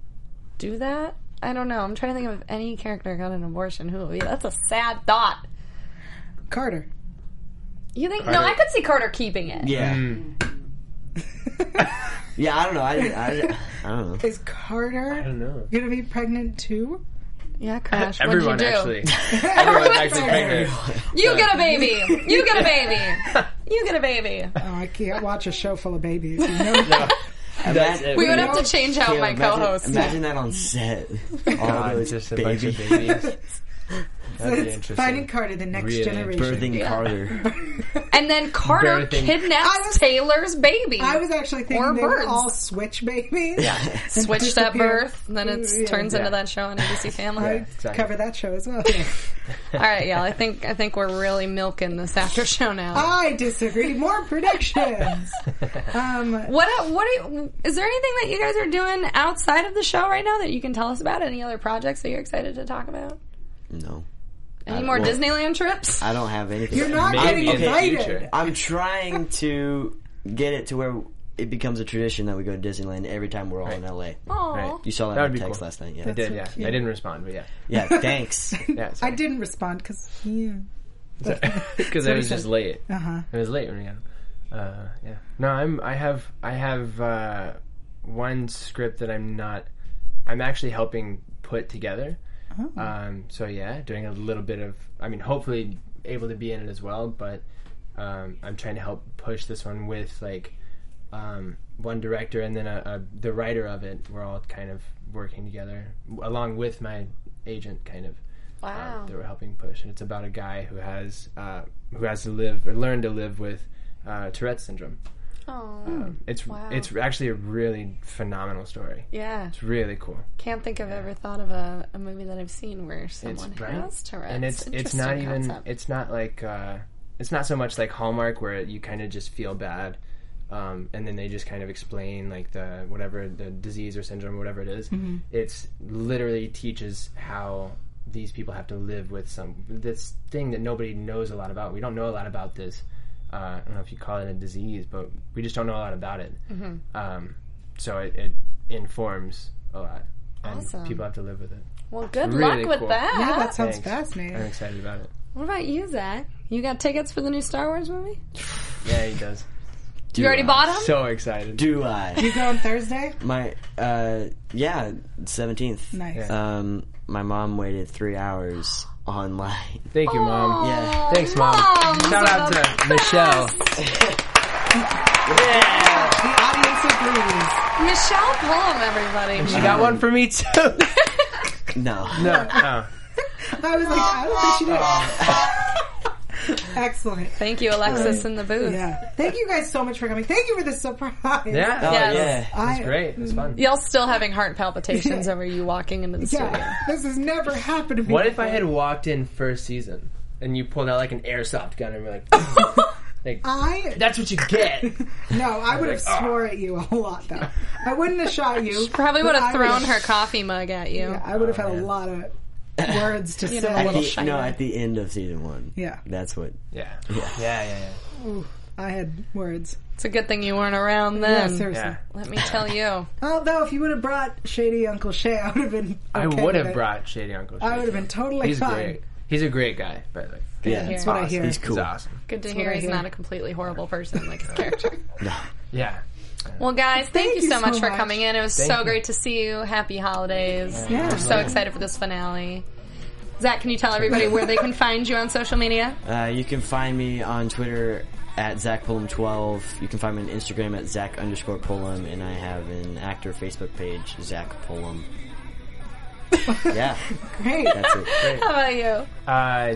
[SPEAKER 3] do that. I don't know. I'm trying to think of any character who got an abortion. Who would be? That's a sad thought.
[SPEAKER 2] Carter.
[SPEAKER 3] You think? No, I could see Carter keeping it.
[SPEAKER 4] Yeah.
[SPEAKER 5] Mm.
[SPEAKER 4] yeah, I don't know. I, I, I don't know.
[SPEAKER 2] Is Carter
[SPEAKER 5] I don't know.
[SPEAKER 2] gonna be pregnant too?
[SPEAKER 3] Yeah, Crash. What'd you
[SPEAKER 5] Everyone
[SPEAKER 3] do?
[SPEAKER 5] actually. Everyone's actually pregnant.
[SPEAKER 3] You get a baby. You get a baby. You get a baby.
[SPEAKER 2] Oh, I can't watch a show full of babies. You know?
[SPEAKER 4] That's
[SPEAKER 5] it.
[SPEAKER 3] We would have to change out my
[SPEAKER 4] imagine,
[SPEAKER 3] co-host.
[SPEAKER 4] Imagine that on set. All
[SPEAKER 5] God,
[SPEAKER 4] those
[SPEAKER 5] just a bunch
[SPEAKER 4] baby
[SPEAKER 5] of babies. That'd be interesting.
[SPEAKER 2] Finding Carter, the next
[SPEAKER 5] Really.
[SPEAKER 2] generation.
[SPEAKER 4] birthing Carter.
[SPEAKER 3] And then Carter
[SPEAKER 5] Birthing.
[SPEAKER 3] kidnaps
[SPEAKER 2] I was-
[SPEAKER 3] Taylor's baby.
[SPEAKER 2] I was actually thinking
[SPEAKER 3] Or
[SPEAKER 2] they were
[SPEAKER 3] birds.
[SPEAKER 2] all switch babies.
[SPEAKER 3] Switch that birth, and then it
[SPEAKER 2] Yeah.
[SPEAKER 3] turns
[SPEAKER 5] Yeah.
[SPEAKER 3] into that show on ABC Family.
[SPEAKER 5] Yeah, exactly.
[SPEAKER 2] Cover that show as well.
[SPEAKER 3] All right, y'all. I think I think we're really milking this after show now.
[SPEAKER 2] I disagree. More predictions. Um,
[SPEAKER 3] What what are you, is there anything that you guys are doing outside of the show right now that you can tell us about? Any other projects that you're excited to talk about?
[SPEAKER 4] no.
[SPEAKER 3] Any
[SPEAKER 5] Uh,
[SPEAKER 4] I-
[SPEAKER 3] more
[SPEAKER 4] well,
[SPEAKER 3] Disneyland trips?
[SPEAKER 4] I don't have anything.
[SPEAKER 2] you're not
[SPEAKER 5] Maybe
[SPEAKER 2] getting
[SPEAKER 5] in the
[SPEAKER 2] invited.
[SPEAKER 5] future.
[SPEAKER 4] I'm trying to get it to where it becomes a tradition that we go to Disneyland every time we're all in LA.
[SPEAKER 3] Aw.
[SPEAKER 5] Right.
[SPEAKER 4] You saw that,
[SPEAKER 5] That would
[SPEAKER 4] in
[SPEAKER 5] be
[SPEAKER 4] the text
[SPEAKER 5] cool.
[SPEAKER 4] last night, yeah.
[SPEAKER 5] I did, yeah. I didn't respond, but yeah.
[SPEAKER 4] Yeah, thanks.
[SPEAKER 5] Yeah,
[SPEAKER 2] I didn't respond because yeah.
[SPEAKER 5] because I was just late.
[SPEAKER 2] Uh huh.
[SPEAKER 5] It was late when we got him. Uh, yeah. No, I'm. I have. I have uh, one script that I'm not. I'm actually helping put together. Um, so yeah, doing a little bit of. I mean, hopefully able to be in it as well, but um, I'm trying to help push this one with like um, one director and then a, a, the writer of it. We're all kind of working together along with my agent, kind of um, that we're helping push, and it's about a guy who has uh, who has to live or learn to live with uh, Tourette's syndrome.
[SPEAKER 3] Aw.
[SPEAKER 5] Um, it's
[SPEAKER 3] Wow.
[SPEAKER 5] it's actually a really phenomenal story.
[SPEAKER 3] yeah.
[SPEAKER 5] It's really cool,
[SPEAKER 3] Can't think I've ever thought of a, a movie that I've seen where someone
[SPEAKER 5] right.
[SPEAKER 3] has Tourette's.
[SPEAKER 5] and it's it's not
[SPEAKER 3] Interesting
[SPEAKER 5] even
[SPEAKER 3] concept.
[SPEAKER 5] it's not like uh, it's not so much like Hallmark where you kind of just feel bad. Um, and then they just kind of explain like the whatever the disease or syndrome or whatever it is.
[SPEAKER 3] Mm-hmm.
[SPEAKER 5] It's literally teaches how these people have to live with some this thing that nobody knows a lot about. We don't know a lot about this. Uh, I don't know if you call it a disease, but we just don't know a lot about it.
[SPEAKER 3] Mm-hmm.
[SPEAKER 5] Um, so it, it informs a lot, and
[SPEAKER 3] Awesome.
[SPEAKER 5] people have to live with it.
[SPEAKER 3] well, good
[SPEAKER 5] really
[SPEAKER 3] luck with
[SPEAKER 5] cool.
[SPEAKER 3] that.
[SPEAKER 2] Yeah, that sounds
[SPEAKER 5] Thanks. I'm
[SPEAKER 2] fascinating.
[SPEAKER 5] excited about it.
[SPEAKER 3] what about you, Zach? You got tickets for the new Star Wars movie?
[SPEAKER 5] Yeah, he does.
[SPEAKER 4] Do
[SPEAKER 3] You already
[SPEAKER 4] I?
[SPEAKER 3] bought them?
[SPEAKER 5] So excited.
[SPEAKER 4] Do I?
[SPEAKER 2] You go on Thursday.
[SPEAKER 4] My uh yeah, seventeenth.
[SPEAKER 2] Nice.
[SPEAKER 4] Um my mom waited three hours online.
[SPEAKER 5] Thank you, mom.
[SPEAKER 2] Oh.
[SPEAKER 4] Yeah.
[SPEAKER 5] Thanks, mom.
[SPEAKER 3] Mom,
[SPEAKER 5] Shout out
[SPEAKER 3] you're
[SPEAKER 5] to Michelle.
[SPEAKER 2] The audience agrees.
[SPEAKER 3] Michelle Pullum, everybody.
[SPEAKER 5] She got one for me too. no,
[SPEAKER 4] No.
[SPEAKER 5] oh,
[SPEAKER 2] I was like, I don't think she did. Excellent.
[SPEAKER 3] Thank you, Alexis, in the booth.
[SPEAKER 2] Yeah. Thank you guys so much for coming. Thank you for the surprise.
[SPEAKER 4] Oh,
[SPEAKER 5] yeah,
[SPEAKER 3] Yes.
[SPEAKER 4] yeah.
[SPEAKER 2] I,
[SPEAKER 5] great. It was fun.
[SPEAKER 3] Y'all still having heart palpitations over you walking into the studio.
[SPEAKER 2] Yeah. This has never happened to me.
[SPEAKER 5] What if I had walked in first season and you pulled out like an airsoft gun and were like, like
[SPEAKER 2] I
[SPEAKER 5] that's what you get.
[SPEAKER 2] no, I would have
[SPEAKER 5] like, ah.
[SPEAKER 2] swore at you a whole lot though. I wouldn't have shot you.
[SPEAKER 3] Probably would
[SPEAKER 2] but
[SPEAKER 3] have
[SPEAKER 2] I
[SPEAKER 3] thrown
[SPEAKER 2] would've-
[SPEAKER 3] her coffee mug at you.
[SPEAKER 2] Yeah, I would have
[SPEAKER 5] Oh,
[SPEAKER 2] had a lot of words to
[SPEAKER 3] You know,
[SPEAKER 2] say.
[SPEAKER 3] a
[SPEAKER 4] At
[SPEAKER 3] little
[SPEAKER 4] the,
[SPEAKER 3] shiny.
[SPEAKER 4] no, at the end of season one.
[SPEAKER 2] Yeah,
[SPEAKER 4] That's what
[SPEAKER 5] Yeah, yeah, yeah, yeah.
[SPEAKER 2] I had words.
[SPEAKER 3] It's a good thing you weren't around
[SPEAKER 2] Yeah,
[SPEAKER 3] then.
[SPEAKER 2] seriously.
[SPEAKER 5] yeah.
[SPEAKER 3] Let me tell you.
[SPEAKER 2] Although if you would have brought Shady Uncle Shay, I would have been.
[SPEAKER 5] I
[SPEAKER 2] okay
[SPEAKER 5] would
[SPEAKER 2] with
[SPEAKER 5] have
[SPEAKER 2] it.
[SPEAKER 5] brought Shady Uncle.
[SPEAKER 2] I would have
[SPEAKER 5] Shady.
[SPEAKER 2] been totally
[SPEAKER 5] He's
[SPEAKER 2] fine.
[SPEAKER 5] great. He's a great guy, by the way.
[SPEAKER 4] Yeah.
[SPEAKER 2] That's what I hear.
[SPEAKER 4] He's cool.
[SPEAKER 5] He's awesome.
[SPEAKER 3] Good to hear
[SPEAKER 2] what I
[SPEAKER 3] he's
[SPEAKER 2] hear.
[SPEAKER 3] not a completely horrible person like his character.
[SPEAKER 5] Yeah.
[SPEAKER 3] Well, guys, thank, you, so much, for coming in. It was so
[SPEAKER 5] you.
[SPEAKER 3] great to see you. Happy holidays.
[SPEAKER 2] Yeah.
[SPEAKER 3] We're so excited for this finale. Zach, can you tell everybody where they can find you on social media?
[SPEAKER 4] Uh, you can find me on Twitter at Zach Pullum 12. You can find me on Instagram at Zach underscore Pullum, and I have an actor Facebook page, Zach Pullum. yeah,
[SPEAKER 2] Great.
[SPEAKER 4] that's it.
[SPEAKER 3] How about you?
[SPEAKER 5] Uh,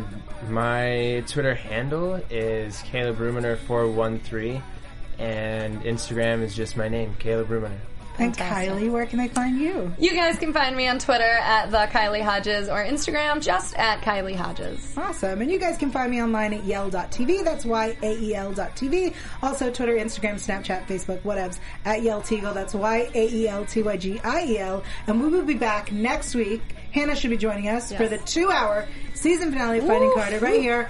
[SPEAKER 5] my Twitter handle is Caleb Ruminer four one three, and Instagram is just my name, Caleb Ruminer.
[SPEAKER 2] And
[SPEAKER 3] Fantastic.
[SPEAKER 2] Kylie, where can they find you?
[SPEAKER 3] You guys can find me on Twitter at the Kylie Hodges or Instagram just at Kylie Hodges.
[SPEAKER 2] Awesome. And you guys can find me online at yell.tv. That's Y-A-E-L dot TV. Also Twitter, Instagram, Snapchat, Facebook, whatevs, at Yell Teagle. That's E Y-A-E-L-T-Y-G-I-E-L. E And we will be back next week. Hannah should be joining us for the two hour season finale of Finding
[SPEAKER 3] Woo.
[SPEAKER 2] Carter right here.